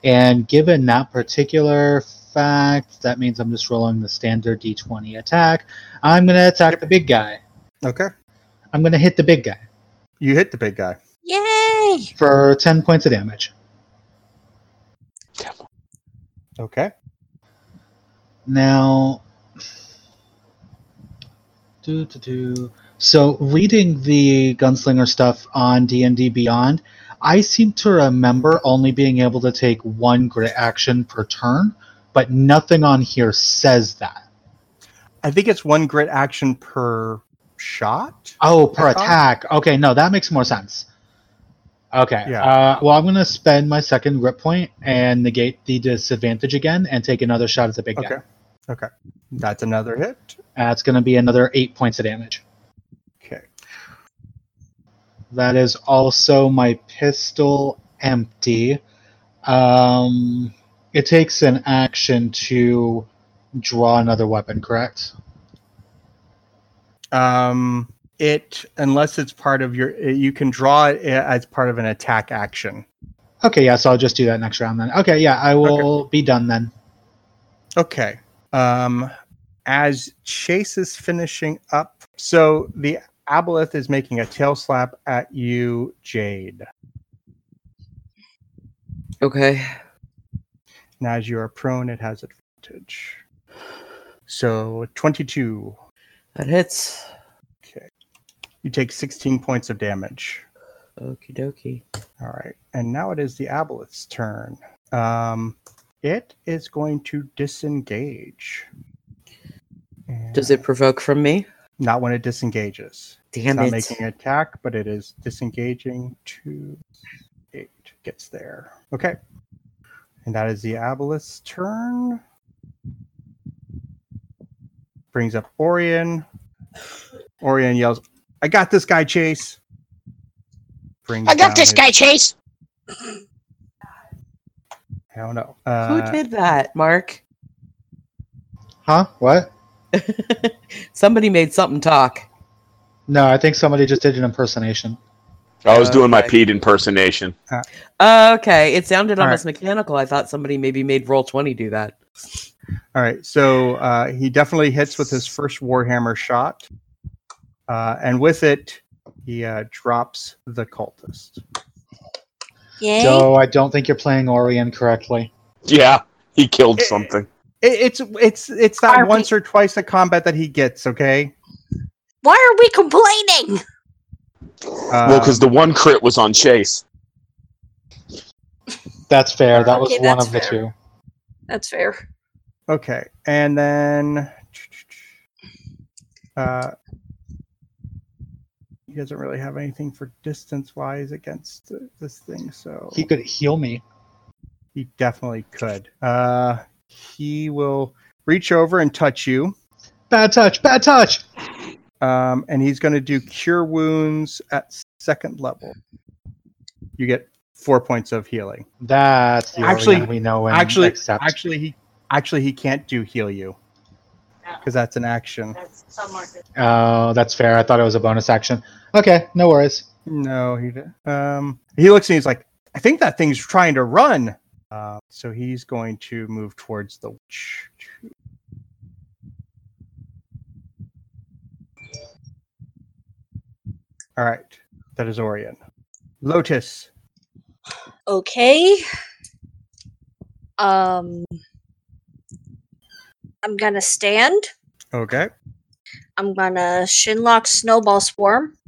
S5: And given that particular fact, that means I'm just rolling the standard d20 attack. I'm going to attack the big guy.
S1: Okay.
S5: I'm going to hit the big guy
S1: You hit the big guy.
S3: Yay!
S5: for 10 points of damage.
S1: Okay.
S5: Now, do, do, do. so reading the gunslinger stuff on D and D Beyond, I seem to remember only being able to take one grit action per turn, but nothing on here says that.
S1: I think it's one grit action per shot.
S5: Oh, per
S1: I thought-
S5: attack. Okay, no, that makes more sense. Okay.
S1: Yeah.
S5: Uh, well, I'm gonna spend my second grit point and negate the disadvantage again, and take another shot at the big
S1: Okay.
S5: guy.
S1: Okay. That's another hit.
S5: That's gonna be another eight points of damage.
S1: Okay.
S5: That is also my pistol empty. Um, it takes an action to draw another weapon, correct?
S1: Um, it unless it's part of your, eh, you can draw it eh, as part of an attack action.
S5: Okay, yeah, so I'll just do that next round then. Okay, yeah, I will be done then.
S1: Okay. Um, as Chase is finishing up, so the aboleth is making a tail slap at you, Jade.
S4: Okay.
S1: And as you are prone, it has advantage. So twenty-two.
S4: That hits.
S1: You take sixteen points of damage.
S4: Okie dokie.
S1: All right. And now it is the aboleth's turn. Um, it is going to disengage.
S4: Does it provoke from me?
S1: Not when it disengages. It's
S4: Damn
S1: not
S4: it.
S1: making an attack, but it is disengaging to it gets there. Okay. And that is the Abolith's turn. Brings up Orion. Orion yells, I got this guy, Chase. Brings
S2: I got
S1: down
S2: this
S1: his-
S2: guy, Chase.
S1: I don't know.
S4: Who
S1: Uh,
S4: did that, Mark? (laughs)
S5: Huh? What?
S4: Somebody made something talk.
S5: No, I think somebody just did an impersonation.
S2: I was doing my
S4: Okay.
S2: Pete impersonation.
S4: Oh, okay. It sounded
S1: All right.
S4: almost mechanical. I thought somebody maybe made roll twenty do that.
S1: All right, so uh, he definitely hits with his first warhammer shot, uh, and with it, he uh, drops the cultist.
S3: Yay!
S5: Joe, I don't think you're playing Orion correctly.
S2: Yeah, he killed something.
S1: It, it's it's it's that
S3: Are we-
S1: once or twice a combat that he gets. Okay,
S3: Why are we complaining?
S1: Uh,
S2: well, because the one crit was on Chase.
S5: That's fair. That was
S3: Okay,
S5: one
S3: that's
S5: of the
S3: fair.
S5: two.
S3: That's fair.
S1: okay, and then uh, he doesn't really have anything for distance wise against th- this thing, so
S5: He could heal me.
S1: he definitely could. Uh, he will reach over and touch you.
S5: Bad touch. Bad touch.
S1: um, and he's going to do cure wounds at second level. You get four points of healing.
S5: That's the
S1: Actually-
S5: Orion we know and
S1: actually,
S5: accept.
S1: actually, he actually he can't do heal you because that's an action.
S5: Oh, that's fair. I thought it was a bonus action. Okay, no worries.
S1: No, he di- um he looks and he's like, I think that thing's trying to run. Uh, so he's going to move towards the witch. All right, that is Orion. Lotus,
S3: Okay. Um, I'm gonna stand.
S1: Okay.
S3: I'm gonna Shinlock Snowball Swarm,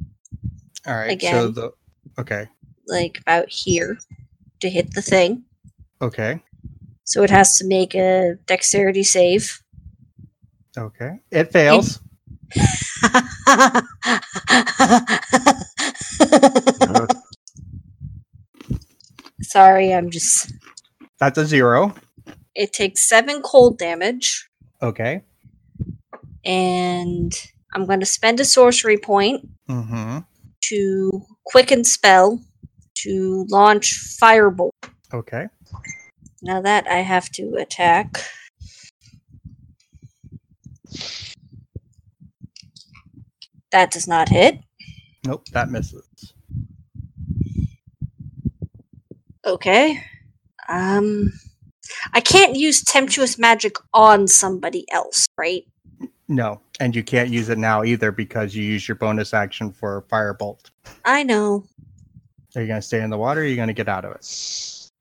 S1: All right. So
S3: Again.
S1: the okay.
S3: like about here, to hit the thing.
S1: Okay.
S3: So it has to make a dexterity save.
S1: Okay. It fails.
S3: (laughs) Sorry, I'm just.
S1: That's a zero.
S3: It takes seven cold damage,
S1: Okay.
S3: and I'm going to spend a sorcery point
S1: Mm-hmm.
S3: to quicken spell to launch firebolt.
S1: Okay.
S3: Now that I have to attack. That does not hit.
S1: Nope, that misses.
S3: Okay. Um I can't use temptuous magic on somebody else, right?
S1: No, and you can't use it now either because you use your bonus action for firebolt.
S3: I know.
S1: Are you gonna stay in the water? Or are you gonna get out of it?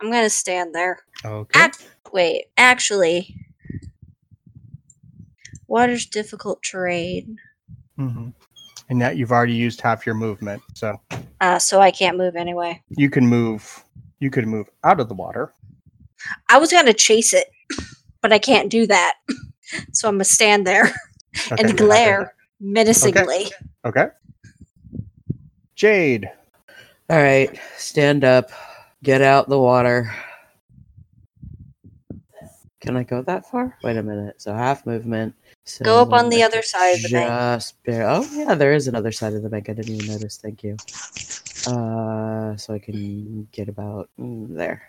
S3: I'm going to stand there.
S1: Okay.
S3: Ac- wait, actually water's difficult terrain.
S1: hmm And that you've already used half your movement, so
S3: Uh so I can't move anyway.
S1: you can move. You could move out of the water.
S3: I was going to chase it, but I can't do that. (laughs) So I'm going to stand there.
S1: Okay,
S3: and
S1: you're not there.
S3: glare menacingly.
S1: Okay. Jade.
S4: All right, stand up. Get out the water. Can I go that far? Wait a minute. So half movement. So
S3: Go up on the other side of the bank.
S4: Just bare- oh yeah, there is another side of the bank. I didn't even notice. Thank you. Uh, so I can get about mm, there.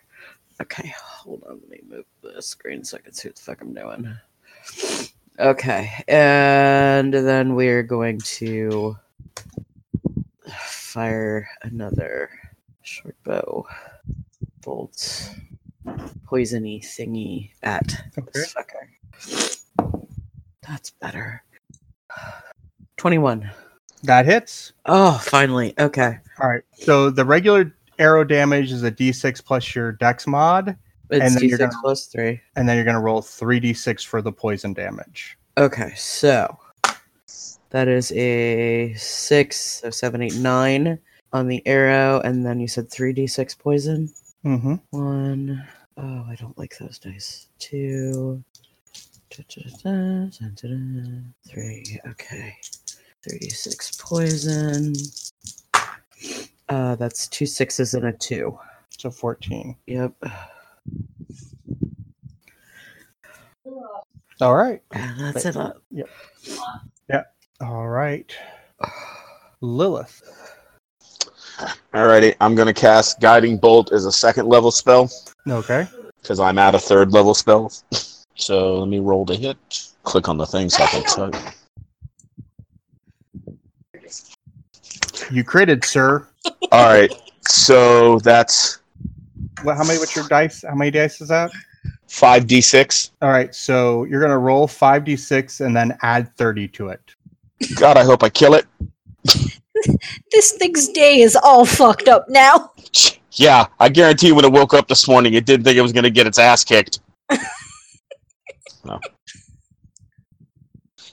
S4: Okay, hold on. Let me move the screen so I can see what the fuck I'm doing. Okay, and then we're going to fire another short bow bolt poisony thingy at
S1: Okay.
S4: this fucker. That's better. 21.
S1: That hits.
S4: Oh, finally. Okay.
S1: All right. So the regular arrow damage is a d6 plus your dex mod,
S4: It's
S1: And then
S4: D6
S1: you're gonna-
S4: plus 3.
S1: and then you're gonna roll 3d6 for the poison damage.
S4: Okay, so that is a 6, so 7, 8, 9 on the arrow. And then you said 3d6 poison.
S1: Mm-hmm.
S4: One. Oh, I don't like those dice. Two. Da-da-da-da, da-da-da, Three. Okay. 36 poison. Uh, that's two sixes and a two.
S1: So 14.
S4: Yep.
S1: All right.
S4: And that's it up.
S1: All right. Lilith.
S2: Alrighty, I'm gonna cast Guiding Bolt as a second level spell
S1: Okay.
S2: because I'm out of third level spells. (laughs) So let me roll to hit. Click on the thing so I (laughs) can tell you.
S1: You critted, sir.
S2: All right, so that's
S1: What, how many? What's your dice? How many dice is that?
S2: five d six.
S1: All right. So you're gonna roll five d6 and then add 30 to it.
S2: God, I hope I kill it.
S3: This thing's day is all fucked up now.
S2: Yeah, I guarantee you when it woke up this morning, it didn't think it was going to get its ass (laughs) kicked. no.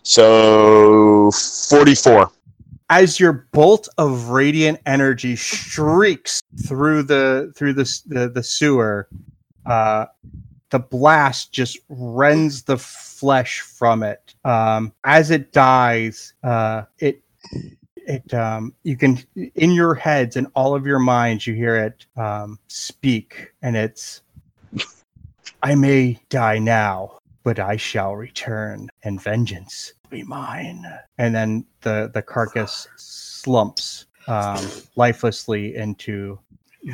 S2: So, 44.
S1: as your bolt of radiant energy streaks through the through the s- the, the sewer uh the blast just rends the flesh from it um as it dies uh it it um you can in your heads and all of your minds you hear it um speak and it's i may die now but i shall return and vengeance will be mine and then the the carcass slumps um, lifelessly into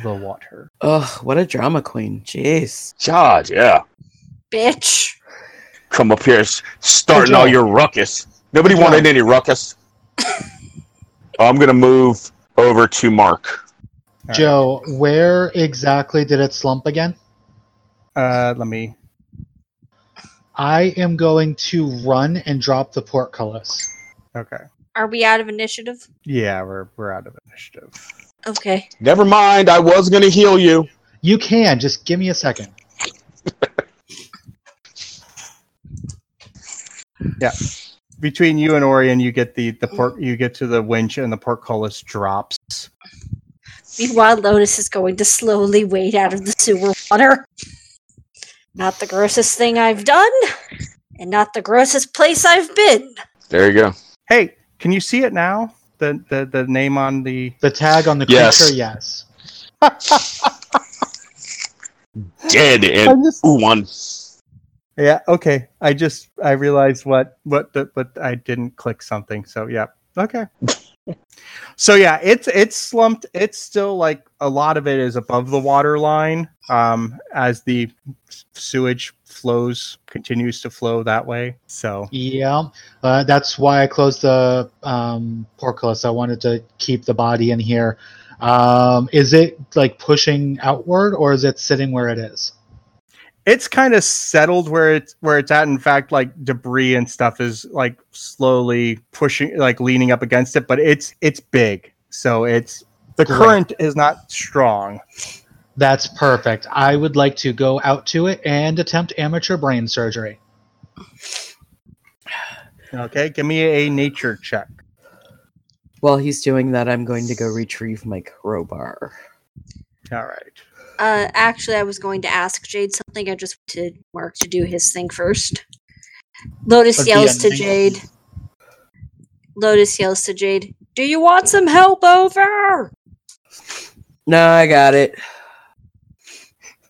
S1: the water.
S4: Oh, what a drama queen. Jeez.
S2: God, yeah.
S3: Bitch.
S2: Come up here, s- starting
S1: Good job.
S2: all your ruckus. Nobody
S1: Good job.
S2: wanted any (laughs) ruckus. I'm going to move over to Mark.
S1: All right.
S5: Joe, where exactly did it slump again?
S1: Uh, let me.
S5: I am going to run and drop the portcullis.
S1: Okay.
S3: Are we out of initiative?
S1: Yeah, we're we're out of initiative.
S3: Okay.
S2: Never mind, I was going to heal you.
S5: You can, just give me a second.
S1: Between you and Orion, you get the the port. You get to the winch, and the portcullis drops.
S3: Meanwhile, Lotus is going to slowly wade out of the sewer water. Not the grossest thing I've done, and not the grossest place I've been.
S2: There you go.
S1: Hey, can you see it now? The the, the name on the
S5: The tag on the
S2: Yes.
S5: creature, yes.
S2: Dead
S1: (laughs)
S2: and
S1: I'm just-
S2: one.
S1: yeah okay. I just I realized what what the but I didn't click something. So yeah okay. so yeah, it's it's slumped. It's still like a lot of it is above the water line um, as the sewage flows continues to flow that way. So
S5: Yeah, uh, that's why I closed the um, portcullis. I wanted to keep the body in here. Um, is it like pushing outward, or is it sitting where it is?
S1: it's kind of settled where it's where it's at in fact like debris and stuff is like slowly pushing like leaning up against it but it's it's big so it's the
S5: Great.
S1: current is not strong
S5: That's perfect. I would like to go out to it and attempt amateur brain surgery.
S1: okay give me a nature check
S4: While he's doing that, I'm going to go retrieve my crowbar.
S1: all right
S3: Uh, actually, I was going to ask Jade something. I just wanted Mark to do his thing first. Lotus
S5: Or
S3: yells
S5: DM
S3: to
S5: thing.
S3: Jade. Lotus yells to Jade. Do you want some help over?
S4: No, I got it.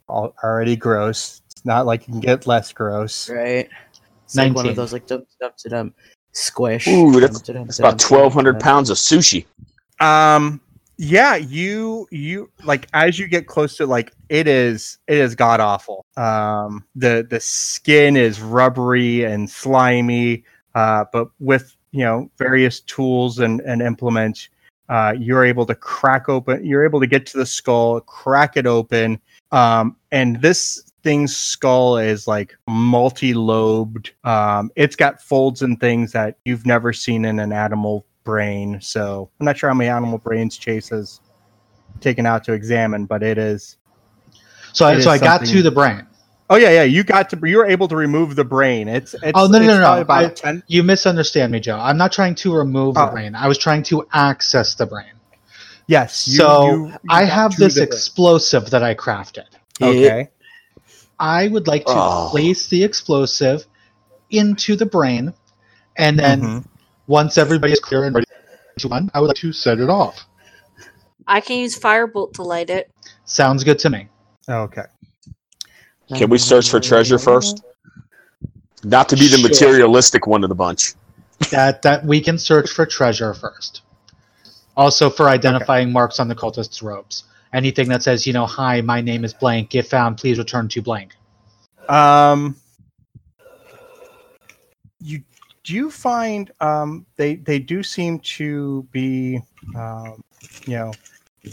S1: Al- already gross it's not like you can get less gross
S4: Right. It's like one
S5: 19.
S4: of those like dum dum dum dum squish.
S2: Ooh, that's-
S4: Dum, dum,
S2: That's
S4: dum,
S2: about
S4: dum,
S2: twelve hundred
S4: dum.
S2: pounds of sushi.
S1: um yeah you you like as you get close to like it is it is god awful um the the skin is rubbery and slimy uh but with you know various tools and and implements uh you're able to crack open you're able to get to the skull crack it open um and this thing's skull is like multi-lobed um it's got folds and things that you've never seen in an animal brain so i'm not sure how many animal brains chase has taken out to examine but it is
S5: So, I,
S1: It
S5: so
S1: is
S5: I got to
S1: something-
S5: the brain.
S1: Oh yeah, yeah. You got to. You were able to remove the brain. It's. it's
S5: Oh, no, no,
S1: it's
S5: no, no.
S1: probably About
S5: I-
S1: 10
S5: You misunderstand me, Joe. I'm not trying to remove the
S1: Oh.
S5: brain. I was trying to access the brain.
S1: yes. you-
S5: so
S1: you- you
S5: I
S1: got
S5: have
S1: to
S5: this
S1: the-
S5: explosive that I crafted.
S1: Okay.
S5: I would like to
S2: Oh.
S5: place the explosive into the brain, and then
S1: Mhm.
S5: once everybody is clear and ready to run, I would like to set it off.
S3: I can use firebolt to light it.
S5: Sounds good to me.
S1: Okay.
S2: Can we search for treasure first? Not to be the
S5: Sure.
S2: materialistic one of the bunch.
S5: That that we can search for treasure first. Also for identifying marks on the cultist's robes. Anything that says, you know, hi, my name is blank. If found, please return to blank.
S1: Um. You do you find um they they do seem to be um you know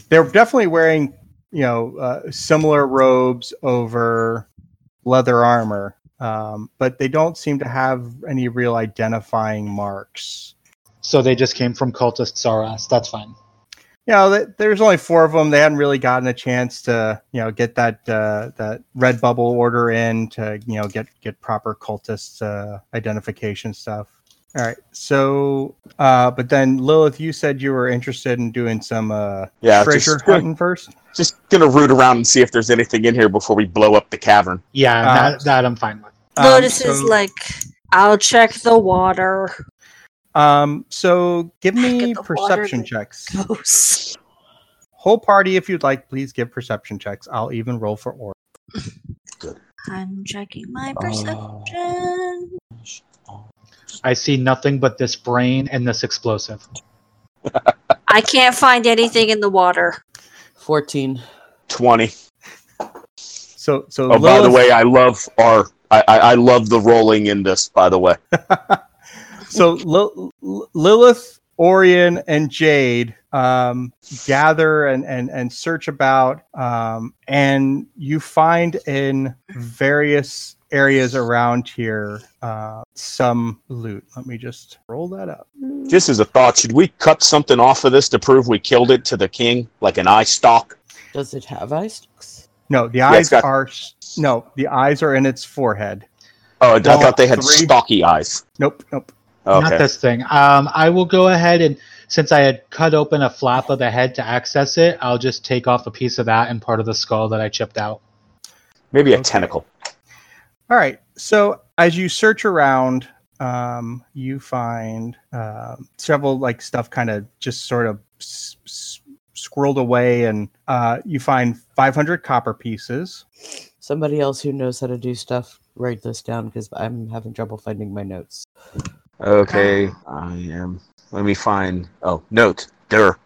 S1: they're definitely wearing you know uh, similar robes over leather armor um but they don't seem to have any real identifying marks
S5: So they just came from cultists R Us. That's fine.
S1: you know, th- there's only four of them. They hadn't really gotten a chance to, you know, get that uh, that red bubble order in to, you know, get get proper cultist uh, identification stuff. All right. So, uh, but then Lilith, you said you were interested in doing some uh,
S2: Yeah,
S1: treasure
S2: just-
S1: hunting first.
S2: Just gonna root around and see if there's anything in here before we blow up the cavern.
S5: Yeah,
S1: Uh,
S5: that, that I'm fine with.
S1: Um,
S3: Lotus is
S1: so-
S3: like, I'll check the water.
S1: um, so give me
S3: Get the water
S1: perception
S3: that-
S1: checks.
S3: Gross.
S1: Whole party, if you'd like, please give perception checks. I'll even roll for order.
S3: I'm checking
S1: Uh,
S3: my perception.
S5: I see nothing but this brain and this explosive.
S3: I can't find anything in the water.
S4: Fourteen.
S2: Twenty.
S1: So, so
S2: Oh, by the
S1: Lilith-
S2: way, I love our. I, I, I love the rolling in this. By the way,
S1: so Lil Lil- Lilith, Orion, and Jade um, gather and, and and search about, um, and you find in various areas around here uh, some loot. Let me just roll that up.
S2: this is a thought. Should we cut something off of this to prove we killed it to the king, like an eye stalk?
S4: Does it have eye sticks?
S1: No, the
S2: it's
S1: eyes
S2: got-
S1: are s- no, the eyes are in its forehead.
S2: Oh, I
S1: No,
S2: thought they had
S1: three.
S2: stalky eyes.
S1: Nope, nope.
S5: Not
S2: Okay.
S5: this thing. Um, I will go ahead and since I had cut open a flap of the head to access it, I'll just take off a piece of that and part of the skull that I chipped out.
S2: Maybe a
S1: Okay.
S2: tentacle.
S1: All right. So as you search around, um, you find um several like stuff kind of just sort of s- s- squirreled away, and uh, you find 500 copper pieces.
S4: Somebody else who knows how to do stuff, write this down because I'm having trouble finding my notes.
S2: Okay, I am. Let me find. Oh, note. There.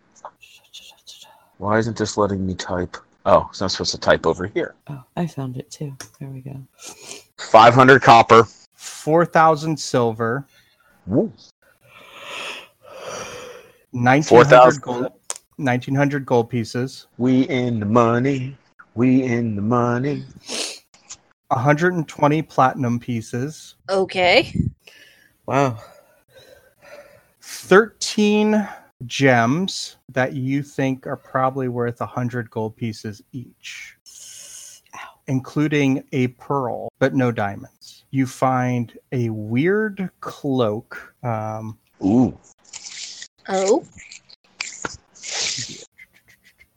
S2: Why isn't this letting me type? Oh, it's not supposed to type over here.
S4: Oh, I found it too. There we go.
S2: 500 copper.
S1: 4,000 silver,
S2: Ooh.
S1: 1,900
S2: 4,000.
S1: gold, 1,900 gold pieces,
S2: We in the money. We in the money.
S1: 120 platinum pieces,
S3: Okay.
S4: Wow.
S1: 13 gems that you think are probably worth 100 gold pieces each, including a pearl, but no diamonds. You find a weird cloak. Um,
S2: Ooh.
S3: Oh.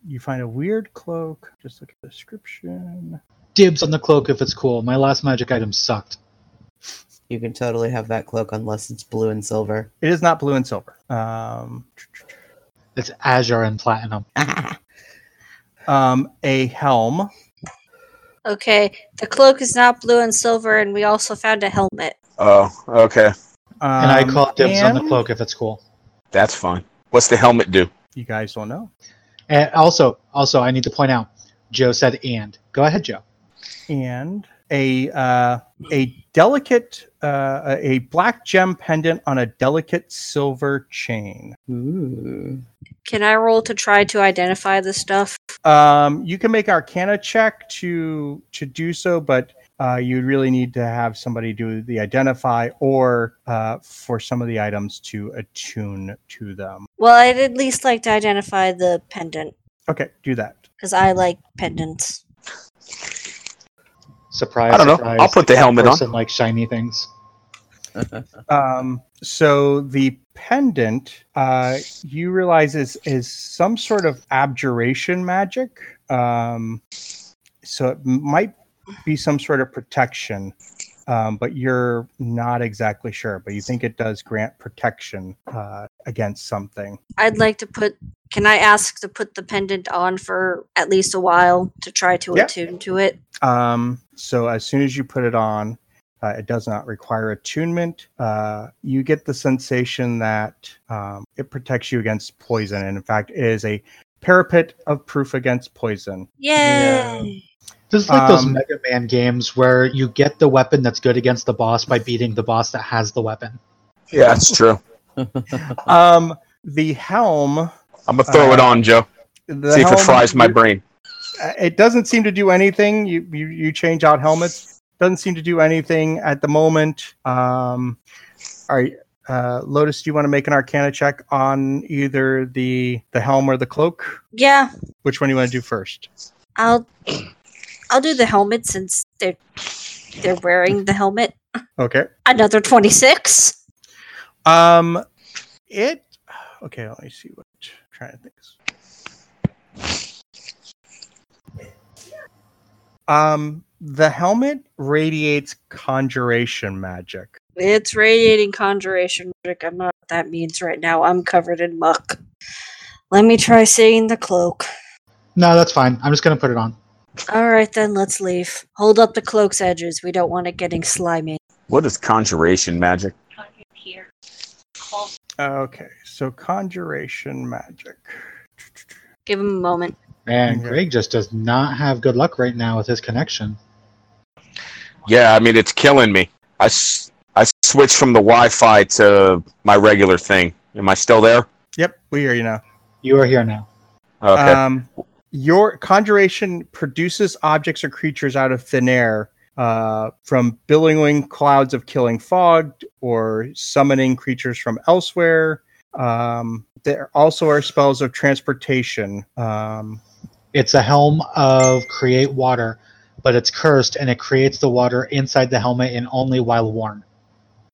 S1: you find a weird cloak. Just look at the description.
S5: Dibs on the cloak if it's cool. My last magic item sucked.
S4: You can totally have that cloak unless it's blue and silver.
S1: It is not blue and silver. Um,
S5: It's azure and platinum.
S1: um, a helm.
S3: Okay. The cloak is not blue and silver, and we also found a helmet.
S2: Oh, okay.
S5: And I
S1: um,
S5: call dibs on the
S1: and-
S5: cloak if it's cool.
S2: That's fine. What's the helmet do?
S1: You guys don't know.
S5: And also, also, I need to point out, Joe said and. Go ahead, Joe.
S1: and a uh, a delicate uh, a a black gem pendant on a delicate silver chain.
S4: Ooh.
S3: Can I roll to try to identify the stuff?
S1: Um, you can make Arcana check to to do so, but uh, you really need to have somebody do the identify or uh, for some of the items to attune to them.
S3: Well, I'd at least like to identify the pendant
S1: Okay, do that.
S3: because I like pendants.
S5: Surprise!
S2: I don't know.
S5: surprise.
S2: I'll put the
S5: That
S2: helmet on.
S5: person likes shiny things.
S1: Um, so the pendant, uh, you realize is is some sort of abjuration magic. Um, so it might be some sort of protection, um, but you're not exactly sure. But you think it does grant protection uh, against something.
S3: I'd like to put. Can I ask to put the pendant on for at least a while to try to
S1: Yeah.
S3: attune to it?
S1: Um, so as soon as you put it on, uh, it does not require attunement. Uh, you get the sensation that um, it protects you against poison, and in fact, it is a parapet of proof against poison.
S3: Yay!
S5: This is like those
S1: Um,
S5: Mega Man games where you get the weapon that's good against the boss by beating the boss that has the weapon.
S2: Yeah, that's true.
S1: Um, the helm.
S2: I'm going to
S5: Uh,
S2: throw it on, Joe.
S1: The
S2: See if it
S1: helm-
S2: fries my brain.
S1: Uh, It doesn't seem to do anything. You you, you change out helmets. Doesn't seem to do anything at the moment. Um, all right, uh, Lotus, do you want to make an Arcana check on either the the helm or the cloak?
S3: Yeah,
S1: Which one do you want to do first?
S3: I'll I'll do the helmet since they're they're wearing the helmet.
S1: Okay.
S3: Another twenty six.
S1: Um, it. Okay, let me see what. I'm trying to think. Um, the helmet radiates conjuration magic.
S3: It's radiating conjuration magic. I'm not what that means right now. I'm covered in muck. Let me try seeing the cloak.
S5: No, that's fine. I'm just gonna put it on.
S3: All right, then let's leave. Hold up the cloak's edges. We don't want it getting slimy.
S2: What is conjuration magic?
S1: Okay, so conjuration magic.
S3: Give him a moment. (laughs)
S5: And
S1: Okay.
S5: Greg just does not have good luck right now with his connection.
S2: Yeah, I mean, it's killing me. I, s- I switched from the Wi Fi to my regular thing. Am I still there?
S1: Yep, we hear you now.
S5: You are here now.
S2: Okay.
S1: Um, your conjuration produces objects or creatures out of thin air uh, from billowing clouds of killing fog or summoning creatures from elsewhere. Um, there also are spells of transportation. Um,
S5: It's a helm of create water, but it's cursed and it creates the water inside the helmet and only while worn.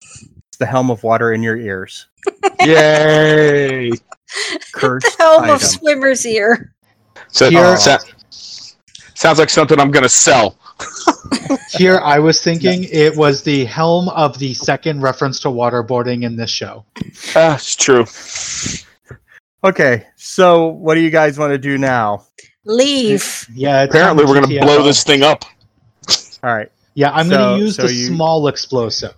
S1: it's the helm of water in your ears.
S2: (laughs) Yay!
S3: (laughs) the
S1: Cursed
S3: helm of
S1: item.
S3: swimmer's ear.
S2: So, uh,
S5: Here-
S2: so- sounds like something I'm going to sell.
S5: Here, I
S1: (laughs)
S5: was thinking it was the helm of the second reference to waterboarding in this show.
S2: That's Ah, true.
S1: Okay, so what do you guys want to do now?
S3: Leave.
S5: Yeah, it's
S2: Apparently,
S5: on
S2: we're gonna
S5: TTL.
S2: blow this thing up.
S1: All right.
S5: Yeah, I'm
S1: So-
S5: gonna use
S1: so
S5: the
S1: you-
S5: small explosive.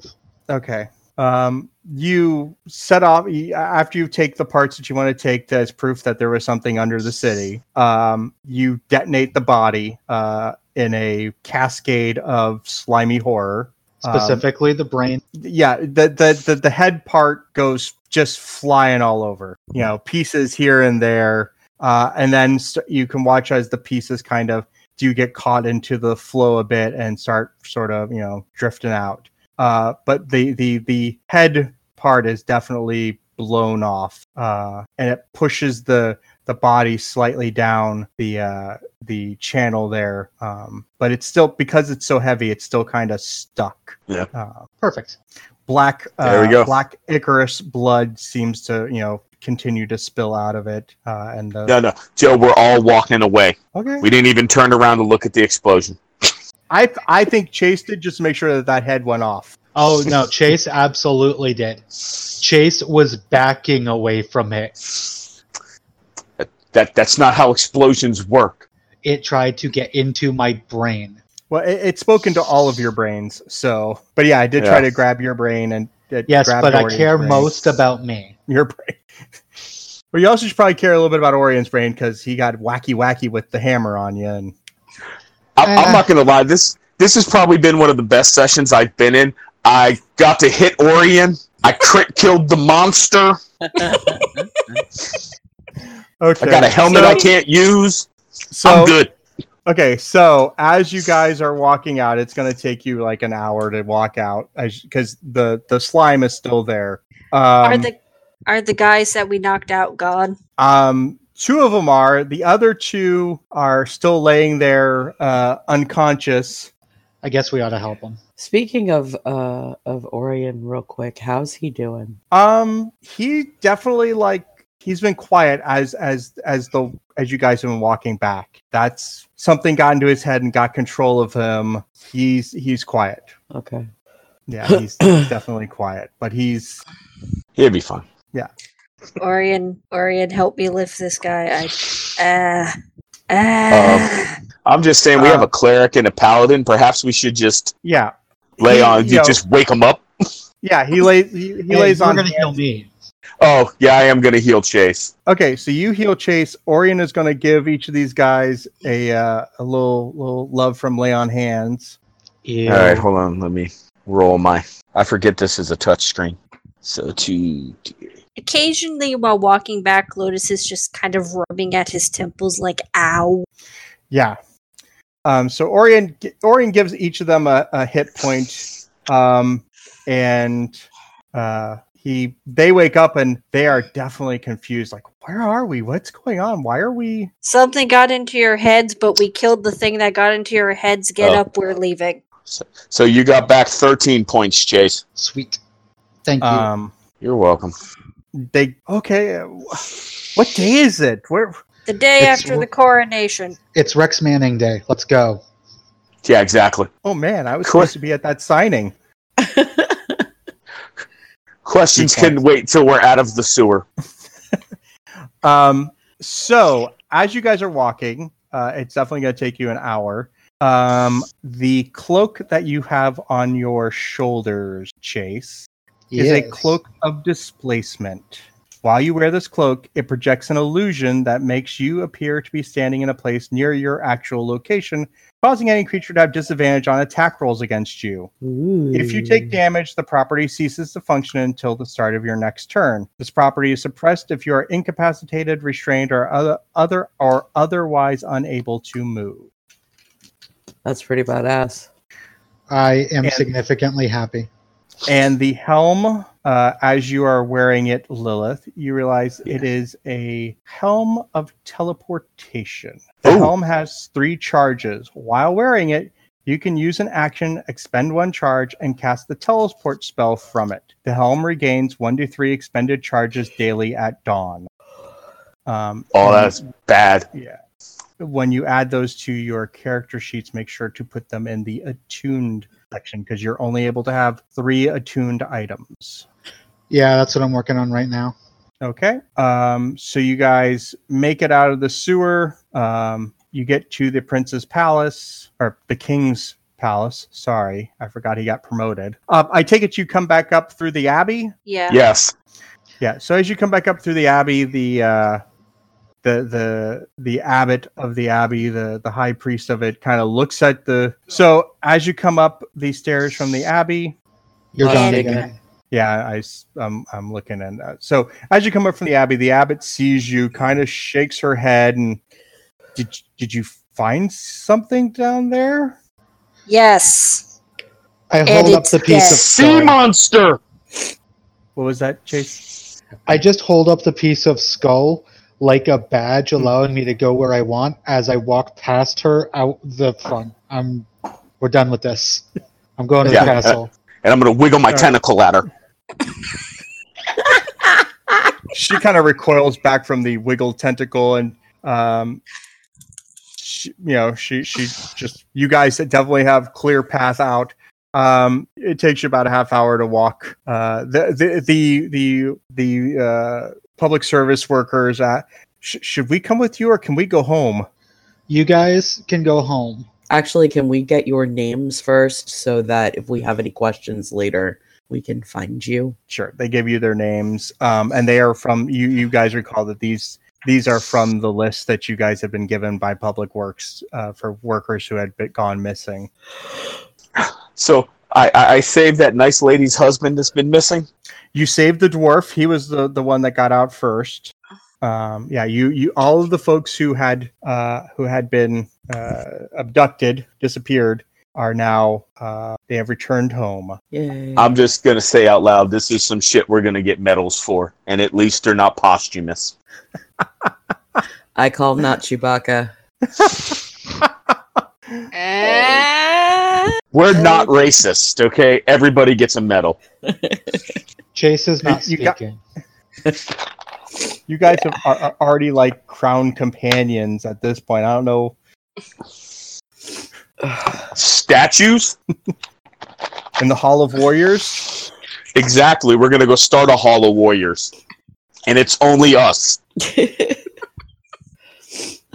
S1: Okay. Um, you set off y- after you take the parts that you want to take as proof that there was something under the city. Um, you detonate the body uh, in a cascade of slimy horror. Um,
S5: Specifically, the brain.
S1: yeah the, the the the head part goes just flying all over you know pieces here and there uh and then st- you can watch as the pieces kind of do get caught into the flow a bit and start sort of you know drifting out uh but the the the head part is definitely blown off uh and it pushes the the body slightly down the uh the channel there um but it's still because it's so heavy it's still kind of stuck
S2: Yeah.
S1: uh,
S5: Perfect.
S1: black uh,
S2: There we go.
S1: black Icarus blood seems to you know continue to spill out of it uh, and the,
S2: No, no, Joe, we're all walking away.
S1: okay
S2: We didn't even turn around to look at the explosion.
S1: I th- I think Chase did just to make sure that that head went off
S5: Oh no, Chase absolutely did. Chase was backing away from it.
S2: That that's not how explosions work.
S5: It tried to get into my brain.
S1: well it, it's spoken to all of your brains so but yeah I did try
S2: Yeah.
S1: to grab your brain and it
S5: Yes,
S1: grabbed
S5: but I
S1: Orion's
S5: care
S1: brain.
S5: most about me.
S1: (laughs) your brain well you also should probably care a little bit about Orion's brain because he got wacky wacky with the hammer on you and
S2: I,
S5: Ah.
S2: I'm not gonna lie. This this has probably been one of the best sessions I've been in. I got to hit Orion. I crit killed the monster.
S1: okay
S2: I got a helmet
S1: so,
S2: I can't use.
S1: so
S2: I'm good.
S1: Okay, so as you guys are walking out, it's going to take you like an hour to walk out because the the slime is still there. Um,
S3: are the are the guys that we knocked out gone?
S1: um, two of them are. The other two are still laying there uh, unconscious.
S5: I guess we ought to help him.
S4: Speaking of uh of Orion, real quick, how's he doing?
S1: Um, he definitely like he's been quiet as as as the as you guys have been walking back. That's something got into his head and got control of him. He's he's quiet.
S4: (laughs) Okay.
S1: Yeah, he's definitely quiet, but he's
S2: He'll be fine.
S3: Orion, Orion, help me lift this guy. I, uh, uh,
S2: I'm just saying we
S1: Uh,
S2: have a cleric and a paladin. Perhaps we should just
S1: Yeah.
S2: lay
S1: He-
S2: on.
S1: you know,
S2: just wake him up.
S1: yeah, he lays he, he
S5: Hey,
S1: lays
S5: you're
S1: on.
S5: gonna heal me.
S2: Oh yeah, I am gonna heal Chase.
S1: Okay, so you heal Chase. Orion is going to give each of these guys a uh, a little little love from lay on hands.
S5: Ew.
S2: All right, hold on. Let me roll my. I forget this is a touch screen. So two.
S3: occasionally, while walking back, Lotus is just kind of rubbing at his temples, like "ow."
S1: Yeah. Um. So Orion gi- Orion gives each of them a, a hit point. Um. And uh, he they wake up and they are definitely confused. Like, where are we? What's going on? Why are we?
S3: Something got into your heads, but we killed the thing that got into your heads. Get
S2: Oh.
S3: up, we're leaving.
S2: So you got back 13 points, Chase.
S5: Sweet. Thank you.
S1: Um.
S2: You're welcome.
S1: They okay. uh, What day is it? Where?
S3: The day
S5: It's
S3: after
S5: wor-
S3: the coronation.
S5: it's Rex Manning Day. Let's go.
S2: Yeah, exactly.
S1: Oh man, I was
S2: Cool.
S1: supposed to be at that signing.
S2: Questions
S1: Good
S2: can wait till we're out of the sewer.
S1: Um, so as you guys are walking, uh, it's definitely going to take you an hour. Um, the cloak that you have on your shoulders, Chase, is a
S5: Yes.
S1: cloak of displacement. While you wear this cloak, it projects an illusion that makes you appear to be standing in a place near your actual location, causing any creature to have disadvantage on attack rolls against you. If you take damage, the property ceases to function until the start of your next turn. This property is suppressed if you are incapacitated, restrained, or other, other or otherwise unable to move.
S4: That's pretty badass.
S5: I am
S1: And-
S5: significantly happy.
S1: And the helm, uh, as you are wearing it, Lilith, you realize it is a helm of teleportation. The
S2: Ooh.
S1: helm has three charges. While wearing it, you can use an action, expend one charge, and cast the teleport spell from it. The helm regains one to three expended charges daily at dawn. Um,
S2: Oh,
S1: and-
S2: that's bad.
S1: yeah. when you add those to your character sheets, make sure to put them in the attuned section because you're only able to have three attuned items.
S5: Yeah, that's what I'm working on right now.
S1: Okay. Um, so you guys make it out of the sewer. Um, you get to the prince's palace or the king's palace. Sorry, I forgot he got promoted. Um, I take it you come back up through the abbey.
S3: Yeah.
S2: Yes.
S1: Yeah. So as you come back up through the abbey, the uh, the the the abbot of the abbey, the the high priest of it, kind of looks at the. So as you come up the stairs from the abbey,
S5: You're
S1: Uh,
S4: Oh,
S5: done
S4: shit.
S5: again.
S1: yeah, I, am I'm looking at that. So as you come up from the abbey, the abbot sees you, kind of shakes her head, and did did you find something down there?
S3: Yes.
S5: I
S3: And
S5: hold up
S3: it's
S5: the piece of
S3: dead.
S2: Sea
S5: skull.
S2: monster.
S1: What was that, Chase?
S5: I just hold up the piece of skull like a badge, allowing me to go where I want as I walk past her out the front. I'm. We're done with this. I'm going to
S2: Yeah.
S5: the castle.
S2: And I'm gonna wiggle my
S1: All right.
S2: tentacle ladder.
S1: She kind of recoils back from the wiggle tentacle, and um, she, you know, she she just you guys definitely have clear path out. Um, it takes you about a half hour to walk. Uh, the the the the, the uh, public service workers at. Sh- should we come with you, or can we go home?
S5: You guys can go home.
S4: Actually, can we get your names first so that if we have any questions later, we can find you?
S1: Sure, they give you their names, um, and they are from you. You guys recall that these these are from the list that you guys have been given by Public Works uh, for workers who had been gone missing.
S2: So I, I, I saved that nice lady's husband that's been missing.
S1: You saved the dwarf; he was the the one that got out first. Um, yeah, you you all of the folks who had uh, who had been uh, abducted, disappeared, are now uh, they have returned home.
S4: Yay.
S2: I'm just gonna say out loud, this is some shit we're gonna get medals for, and at least they're not posthumous.
S4: I call not Chewbacca.
S3: Uh,
S2: We're not racist, okay? Everybody gets a medal.
S5: Chase is not
S1: You- you
S5: speaking.
S1: got- You guys have, are, are already like crown companions at this point. I don't know.
S2: Statues?
S1: In the Hall of Warriors.
S2: Exactly. We're gonna go start a Hall of Warriors, and it's only us.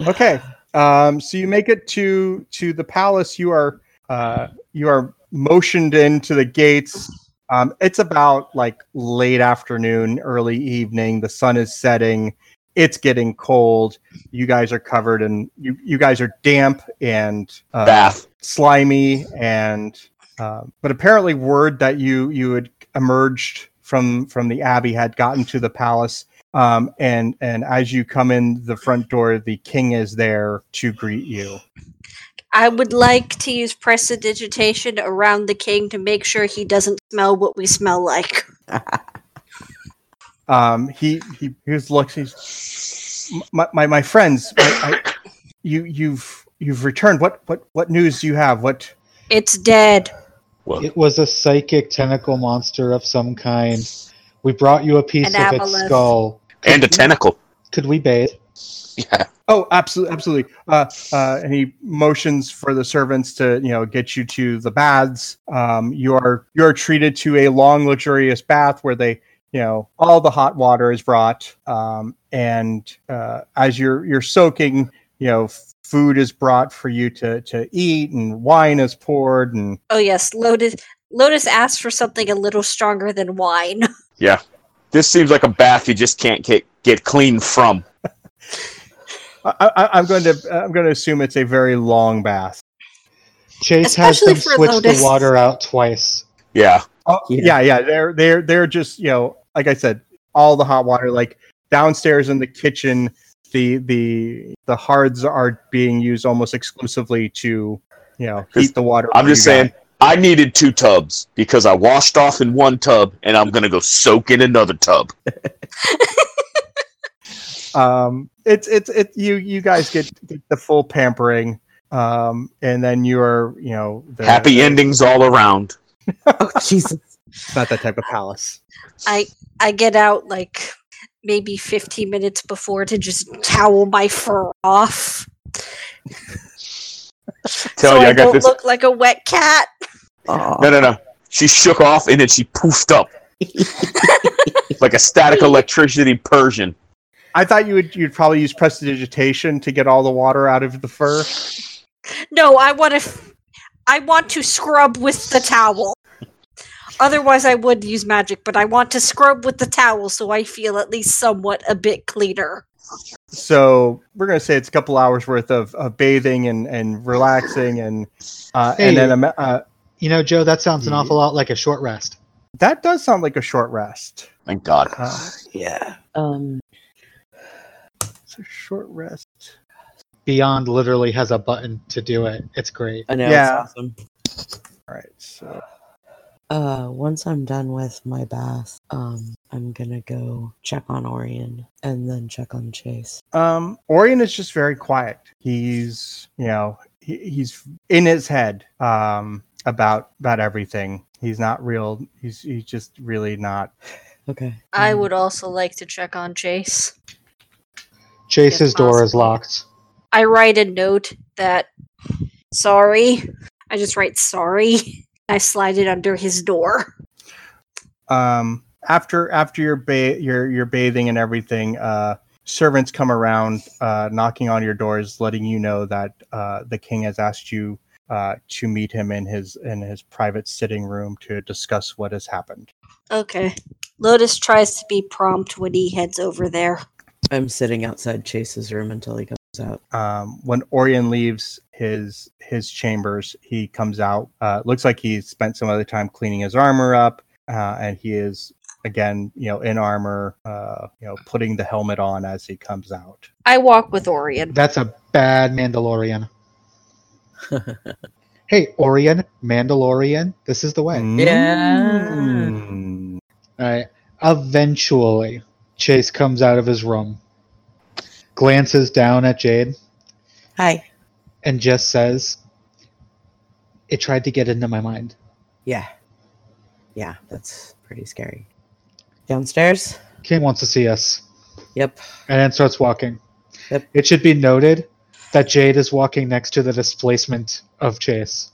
S1: okay um, so you make it to to the palace you are uh, you are motioned into the gates um, it's about like late afternoon early evening the sun is setting it's getting cold you guys are covered and you you guys are damp and uh,
S2: Bath.
S1: slimy and uh, but apparently word that you you had emerged from from the abbey had gotten to the palace um, and and as you come in the front door the king is there to greet you
S3: I would like to use prestidigitation around the king to make sure he doesn't smell what we smell like.
S1: um, he he he was looks he's my my, my friends I, I, you you've you've returned what what what news do you have what
S3: It's dead.
S2: Well,
S5: It was a psychic tentacle monster of some kind. We brought you a piece
S3: An
S5: of its
S3: aboleth.
S5: skull.
S2: and a tentacle.
S5: Could we bathe?
S2: Yeah.
S1: Oh, absolutely, absolutely. Uh, uh, and he motions for the servants to, you know, get you to the baths. Um, you are you are treated to a long, luxurious bath where they, you know, all the hot water is brought. Um, and uh, as you're you're soaking, you know, food is brought for you to to eat, and wine is poured, and
S3: Oh yes, Lotus. Lotus asked for something a little stronger than wine.
S2: This seems like a bath you just can't get get clean from.
S1: I, I, I'm going to I'm going to assume it's a very long bath.
S5: Chase has
S3: Especially
S5: them
S3: for
S5: switch the
S3: Lotus.
S5: water out twice.
S2: Yeah.
S1: Oh, yeah.
S4: Yeah.
S1: yeah, They're they're they're just you know, like I said, all the hot water. Like downstairs in the kitchen, the the the hards are being used almost exclusively to you know heat the water.
S2: I'm
S1: for
S2: just
S1: you guys.
S2: saying, I needed two tubs because I washed off in one tub, and I'm gonna go soak in another tub.
S1: Um, it's it's it. You you guys get, get the full pampering, um, and then you're you know the,
S2: Happy endings all around.
S4: (laughs) oh, (laughs) Jesus.
S1: It's not that type of palace.
S3: I I get out like maybe 15 minutes before to just towel my fur off.
S2: Tell
S3: so
S2: you,
S3: I,
S2: I got
S3: don't
S2: this.
S3: look like a wet cat.
S4: Aw.
S2: No, no, no. She shook off and then she poofed
S3: (laughs)
S2: up like a static electricity Persian.
S1: I thought you would you'd probably use prestidigitation to get all the water out of the fur.
S3: No, I want to. F- I want to scrub with the towel. Otherwise, I would use magic, but I want to scrub with the towel so I feel at least somewhat a bit cleaner.
S1: So we're gonna say it's a couple hours worth of, of bathing and, and relaxing and uh, and then um, uh,
S5: You know, Joe, that sounds an awful lot like a short rest.
S1: that does sound like a short rest.
S2: Thank God.
S1: Uh,
S4: yeah. Um.
S1: it's a short rest.
S5: Beyond literally has a button to do it. It's great.
S4: I know.
S1: Yeah.
S4: It's awesome.
S1: All right. So
S4: Uh, once I'm done with my bath, um, I'm gonna go check on Orion and then check on Chase.
S1: um, Orion is just very quiet. He's you know he, he's in his head um, about about everything. He's not real. He's he's just really not.
S4: Okay.
S3: I would also like to check on Chase.
S5: Chase's
S3: If
S5: door is
S3: possible.
S5: locked.
S3: I write a note that sorry. I just write sorry. I slide it under his door.
S1: um after after your ba- your your bathing and everything uh servants come around uh knocking on your doors letting you know that uh the king has asked you uh to meet him in his in his private sitting room to discuss what has happened
S3: Okay. Lotus tries to be prompt when he heads over there.
S4: I'm sitting outside Chase's room until he comes out.
S1: um when orion leaves his his chambers he comes out uh looks like he spent some other time cleaning his armor up uh and he is again you know in armor uh you know putting the helmet on as he comes out
S3: I walk with Orion.
S5: That's a
S4: (laughs)
S5: bad Mandalorian. Hey, Orion, Mandalorian, this is the way.
S1: Mm-hmm.
S4: Hmm? Yeah.
S1: Mm.
S5: All right. Eventually, Chase comes out of his room, glances down at Jade,
S4: Hi.
S5: and just says, It tried to get into my mind.
S4: Yeah. Yeah, that's pretty scary. Downstairs.
S5: King wants to see us.
S4: Yep. (laughs)
S5: and then starts walking.
S4: Yep.
S5: It should be noted that Jade is walking next to the displacement of Chase.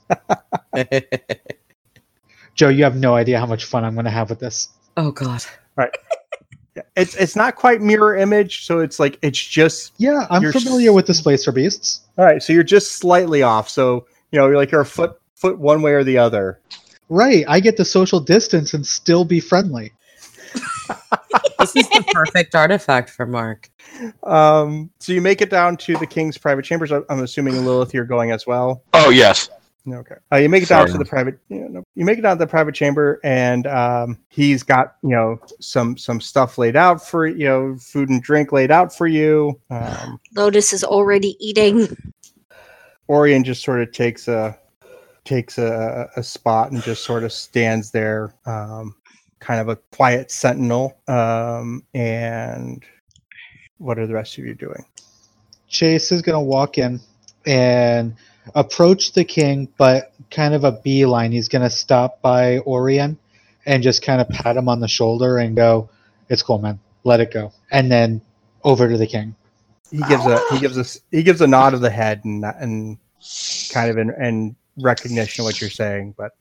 S5: Joe, you have no idea how much fun I'm going to have with this.
S4: oh God.
S1: It's it's not quite mirror image, so it's like it's just
S5: Yeah, I'm
S1: You're
S5: familiar
S1: s-
S5: with displacer beasts.
S1: all right. So you're just slightly off. So you know you're like you're a foot foot one way or the other.
S5: Right, I get to social distance and still be friendly.
S4: This is the perfect artifact for Mark.
S1: Um, so you make it down to the king's private chambers. I- I'm assuming Lilith, you're going as well.
S2: Oh yes.
S1: Okay. Uh, you make it down
S2: Sorry.
S1: to the private. You, know, you make it down to the private chamber, and um, he's got you know some some stuff laid out for you know food and drink laid out for you. Um,
S3: Lotus is already eating.
S1: Orion just sort of takes a takes a, a spot and just sort of stands there, um, kind of a quiet sentinel. Um, and what are the rest of you doing?
S5: Chase is going to walk in and approach the king, but kind of a beeline. He's going to stop by Orion and just kind of pat him on the shoulder and go, It's cool, man. Let it go. And then over to the king.
S1: He gives a he gives a s- he gives a nod of the head and and kind of in, in recognition of what you're saying. But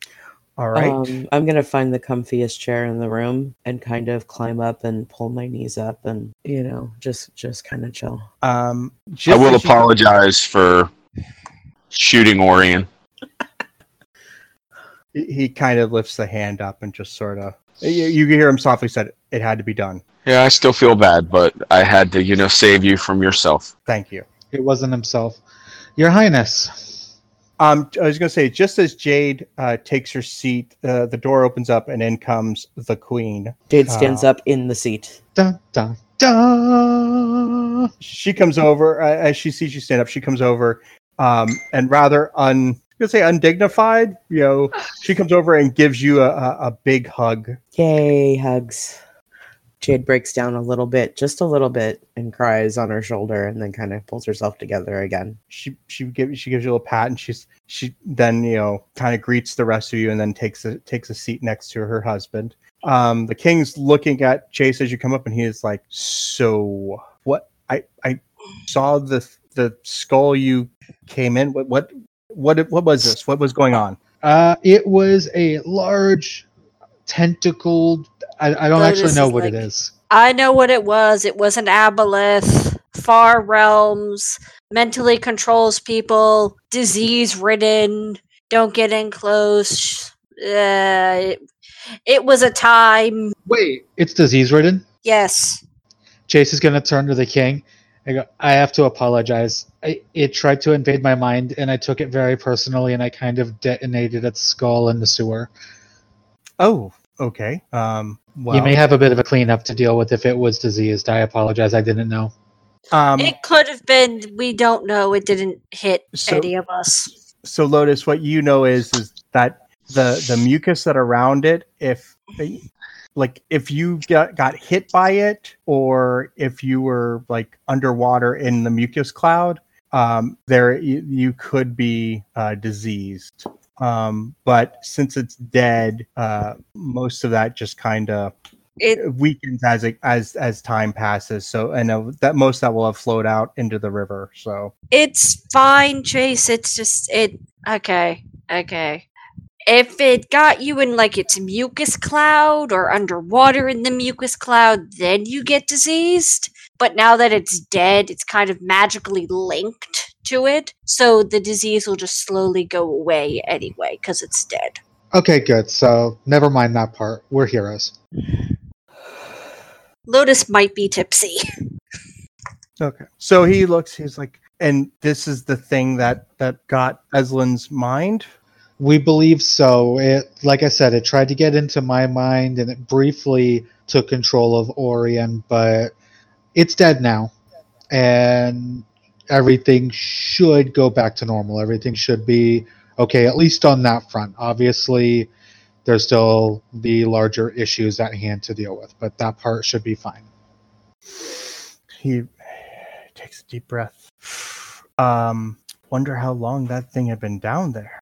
S1: all right,
S4: Um, I'm gonna find the comfiest chair in the room and kind of climb up and pull my knees up and you know just just kind of chill.
S1: um,
S2: I
S1: just
S2: will
S1: as you-
S2: apologize for shooting Orion.
S1: He he kind of lifts the hand up and just sort of you, you hear him softly said it had to be done.
S2: Yeah, I still feel bad, but I had to, you know, save you from yourself.
S1: Thank you.
S5: It wasn't himself. Your Highness.
S1: Um, I was going to say, just as Jade uh, takes her seat, uh, the door opens up, and in comes the queen.
S4: Jade stands
S1: Uh,
S4: up in the seat.
S5: Dun, dun, dun.
S1: She comes over uh, as she sees you stand up. She comes over, um, and rather un, I'm going to say undignified. You know, she comes over and gives you a, a, a big hug.
S4: Yay, hugs. Jade breaks down a little bit, just a little bit, and cries on her shoulder, and then kind of pulls herself together again.
S1: She she gives she gives you a little pat, and she's she then you know kind of greets the rest of you, and then takes a takes a seat next to her husband. Um, the king's looking at Chase as you come up, and he is like, "So what? I I saw the the skull you came in? What what what what was this? What was going on?
S5: Uh, it was a large tentacled. I, I don't
S3: No,
S5: actually
S3: this
S5: know
S3: is
S5: what it
S3: like-
S5: is.
S3: I know what it was. It was an aboleth, far realms, mentally controls people, disease ridden, don't get in close. Uh, it, it was a time.
S5: Wait, it's disease ridden.
S3: Yes.
S5: Chase is going to turn to the king. I go, I have to apologize. I, it tried to invade my mind, and I took it very personally, and I kind of detonated its skull in the sewer.
S1: Oh, okay. Um, well,
S5: You may have a bit of a cleanup to deal with if it was diseased. I apologize. I didn't know.
S1: um,
S3: it could have been. We don't know. It didn't hit
S1: So-
S3: any of us.
S1: so Lotus, what you know is is that the the mucus that around it, if like if you got, got hit by it, or if you were like underwater in the mucus cloud, um, there you, you could be uh, diseased. Um, but since it's dead, uh, most of that just kind of
S3: It
S1: weakens as it, as as time passes. So and uh, that most of that will have flowed out into the river. So
S3: It's fine, Chase. It's just it. Okay, okay. If it got you in like its mucus cloud or underwater in the mucus cloud, then you get diseased. But now that it's dead, it's kind of magically linked to it, so the disease will just slowly go away anyway because it's dead.
S5: Okay, good. So never mind that part. We're heroes.
S3: Lotus might be tipsy. (laughs)
S1: Okay. So he looks, he's like, and this is the thing that that got Eslin's mind.
S5: We believe so. It, like I said, it tried to get into my mind, and it briefly took control of Orion, but it's dead now, and everything should go back to normal. Everything should be okay, at least on that front. Obviously, there's still the larger issues at hand to deal with, but that part should be fine.
S1: He takes a deep breath. Um, wonder how long that thing had been down there.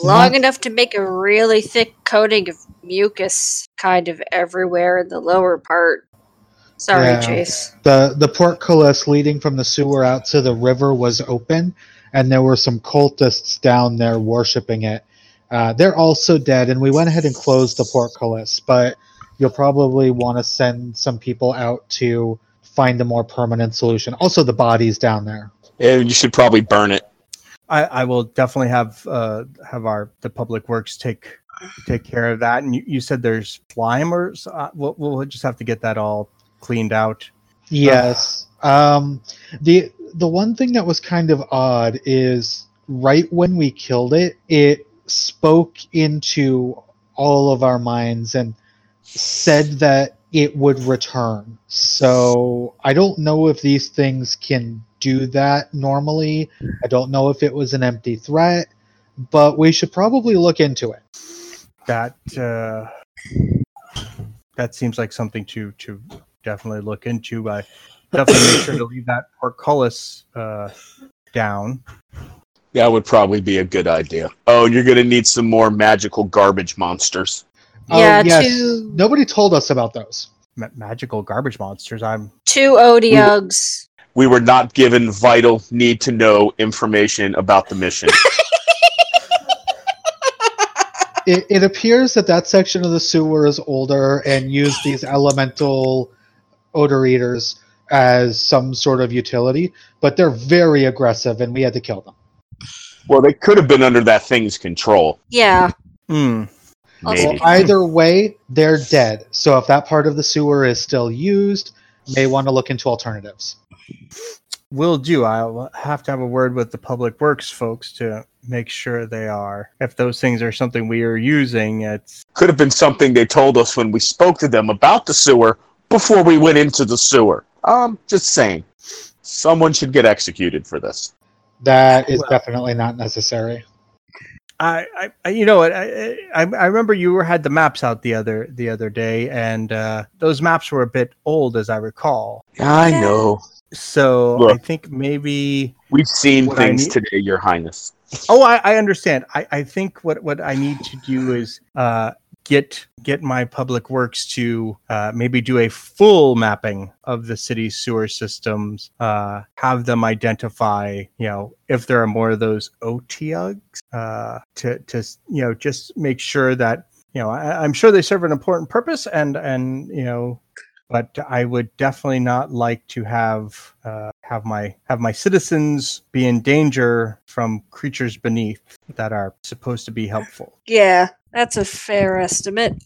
S3: Long
S5: Not-
S3: enough to make a really thick coating of mucus kind of everywhere in the lower part. Sorry,
S5: Yeah.
S3: Chase.
S5: the the portcullis leading from the sewer out to the river was open, and there were some cultists down there worshiping it. Uh, they're also dead, and we went ahead and closed the portcullis, but you'll probably want to send some people out to find a more permanent solution. Also, the bodies down there.
S2: And you should probably burn it.
S1: I, I will definitely have uh have our the public works take take care of that. And you, you said there's slime or so, uh, we'll, we'll just have to get that all cleaned out.
S5: Yes. Um, the the one thing that was kind of odd is right when we killed it, it spoke into all of our minds and said that it would return. So I don't know if these things can do that normally. I don't know if it was an empty threat, but we should probably look into it.
S1: that uh, that seems like something to to definitely look into. I definitely make sure to leave that portcullis uh, down.
S2: That would probably be a good idea. Oh, you're gonna need some more magical garbage monsters.
S3: Yeah,
S5: oh, yes.
S3: to-
S5: Nobody told us about those.
S1: Ma- magical garbage monsters. I'm
S3: two odiogs.
S2: We were not given vital, need to know information about
S1: (laughs)
S2: the mission.
S5: it, it appears that that section of the sewer is older and used these elemental odor eaters as some sort of utility, but they're very aggressive and we had to kill them.
S2: well, they could have been under that thing's control.
S3: Yeah.
S1: Hmm.
S3: Also
S2: Maybe.
S3: can-
S5: Either way, they're dead. So if that part of the sewer is still used, may want to look into alternatives.
S1: will do. I'll have to have a word with the public works folks to make sure they are. If those things are something we are using, it's
S2: Could have been something they told us when we spoke to them about the sewer before we went into the sewer. Um, just saying. Someone should get executed for this.
S5: That is
S1: Well-
S5: definitely not necessary.
S1: I, I- I you know what I, I I remember you were had the maps out the other the other day and uh, those maps were a bit old as I recall.
S2: I
S3: Yeah.
S2: know.
S1: So I
S2: Look.
S1: think maybe.
S2: We've seen
S1: What I
S2: things
S1: need-
S2: today, Your Highness.
S1: Oh, I, I understand. I, I think what what I need to do is uh, get get my public works to uh, maybe do a full mapping of the city's sewer systems, uh, have them identify, you know, if there are more of those OTUGs, uh, to to you know just make sure that you know I, I'm sure they serve an important purpose, and and you know. But I would definitely not like to have uh, have my have my citizens be in danger from creatures beneath that are supposed to be helpful.
S3: Yeah, that's a fair estimate.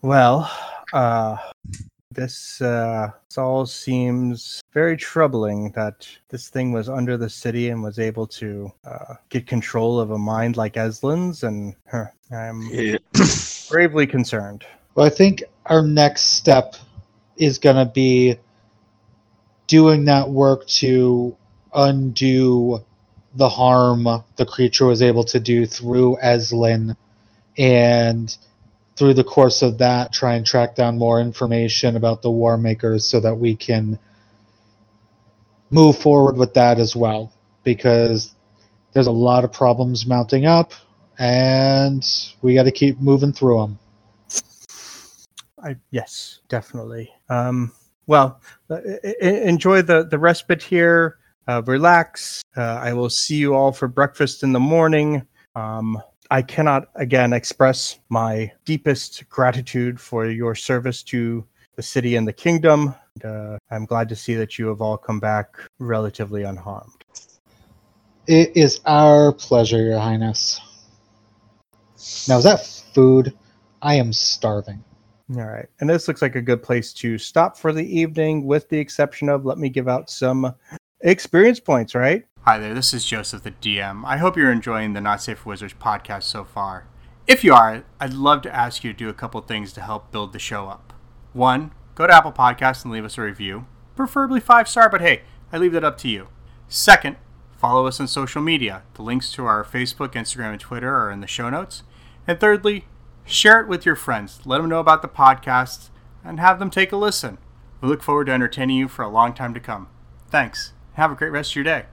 S1: Well, uh, this, uh, this all seems very troubling that this thing was under the city and was able to uh, get control of a mind like Eslin's, and huh, I'm
S2: (clears throat)
S1: gravely concerned.
S5: Well, I think our next step is going to be doing that work to undo the harm the creature was able to do through Eslin and through the course of that try and track down more information about the war makers so that we can move forward with that as well because there's a lot of problems mounting up and we got to keep moving through them
S1: I, yes, definitely. Um, well, uh, e- e- enjoy the, the respite here. Uh, relax. Uh, I will see you all for breakfast in the morning. Um, I cannot again express my deepest gratitude for your service to the city and the kingdom. Uh, I'm glad to see that you have all come back relatively unharmed.
S5: it is our pleasure your highness now is that food i am starving
S1: All right. And this looks like a good place to stop for the evening, with the exception of let me give out some experience points, right? Hi there, this is Joseph, the DM. I hope you're enjoying the Not Safe for Wizards podcast so far. If you are, I'd love to ask you to do a couple things to help build the show up. One, go to Apple Podcasts and leave us a review, preferably five star, but hey, I leave that up to you. Second, follow us on social media. The links to our Facebook, Instagram, and Twitter are in the show notes. And thirdly, share it with your friends. Let them know about the podcast and have them take a listen. We look forward to entertaining you for a long time to come. Thanks. Have a great rest of your day.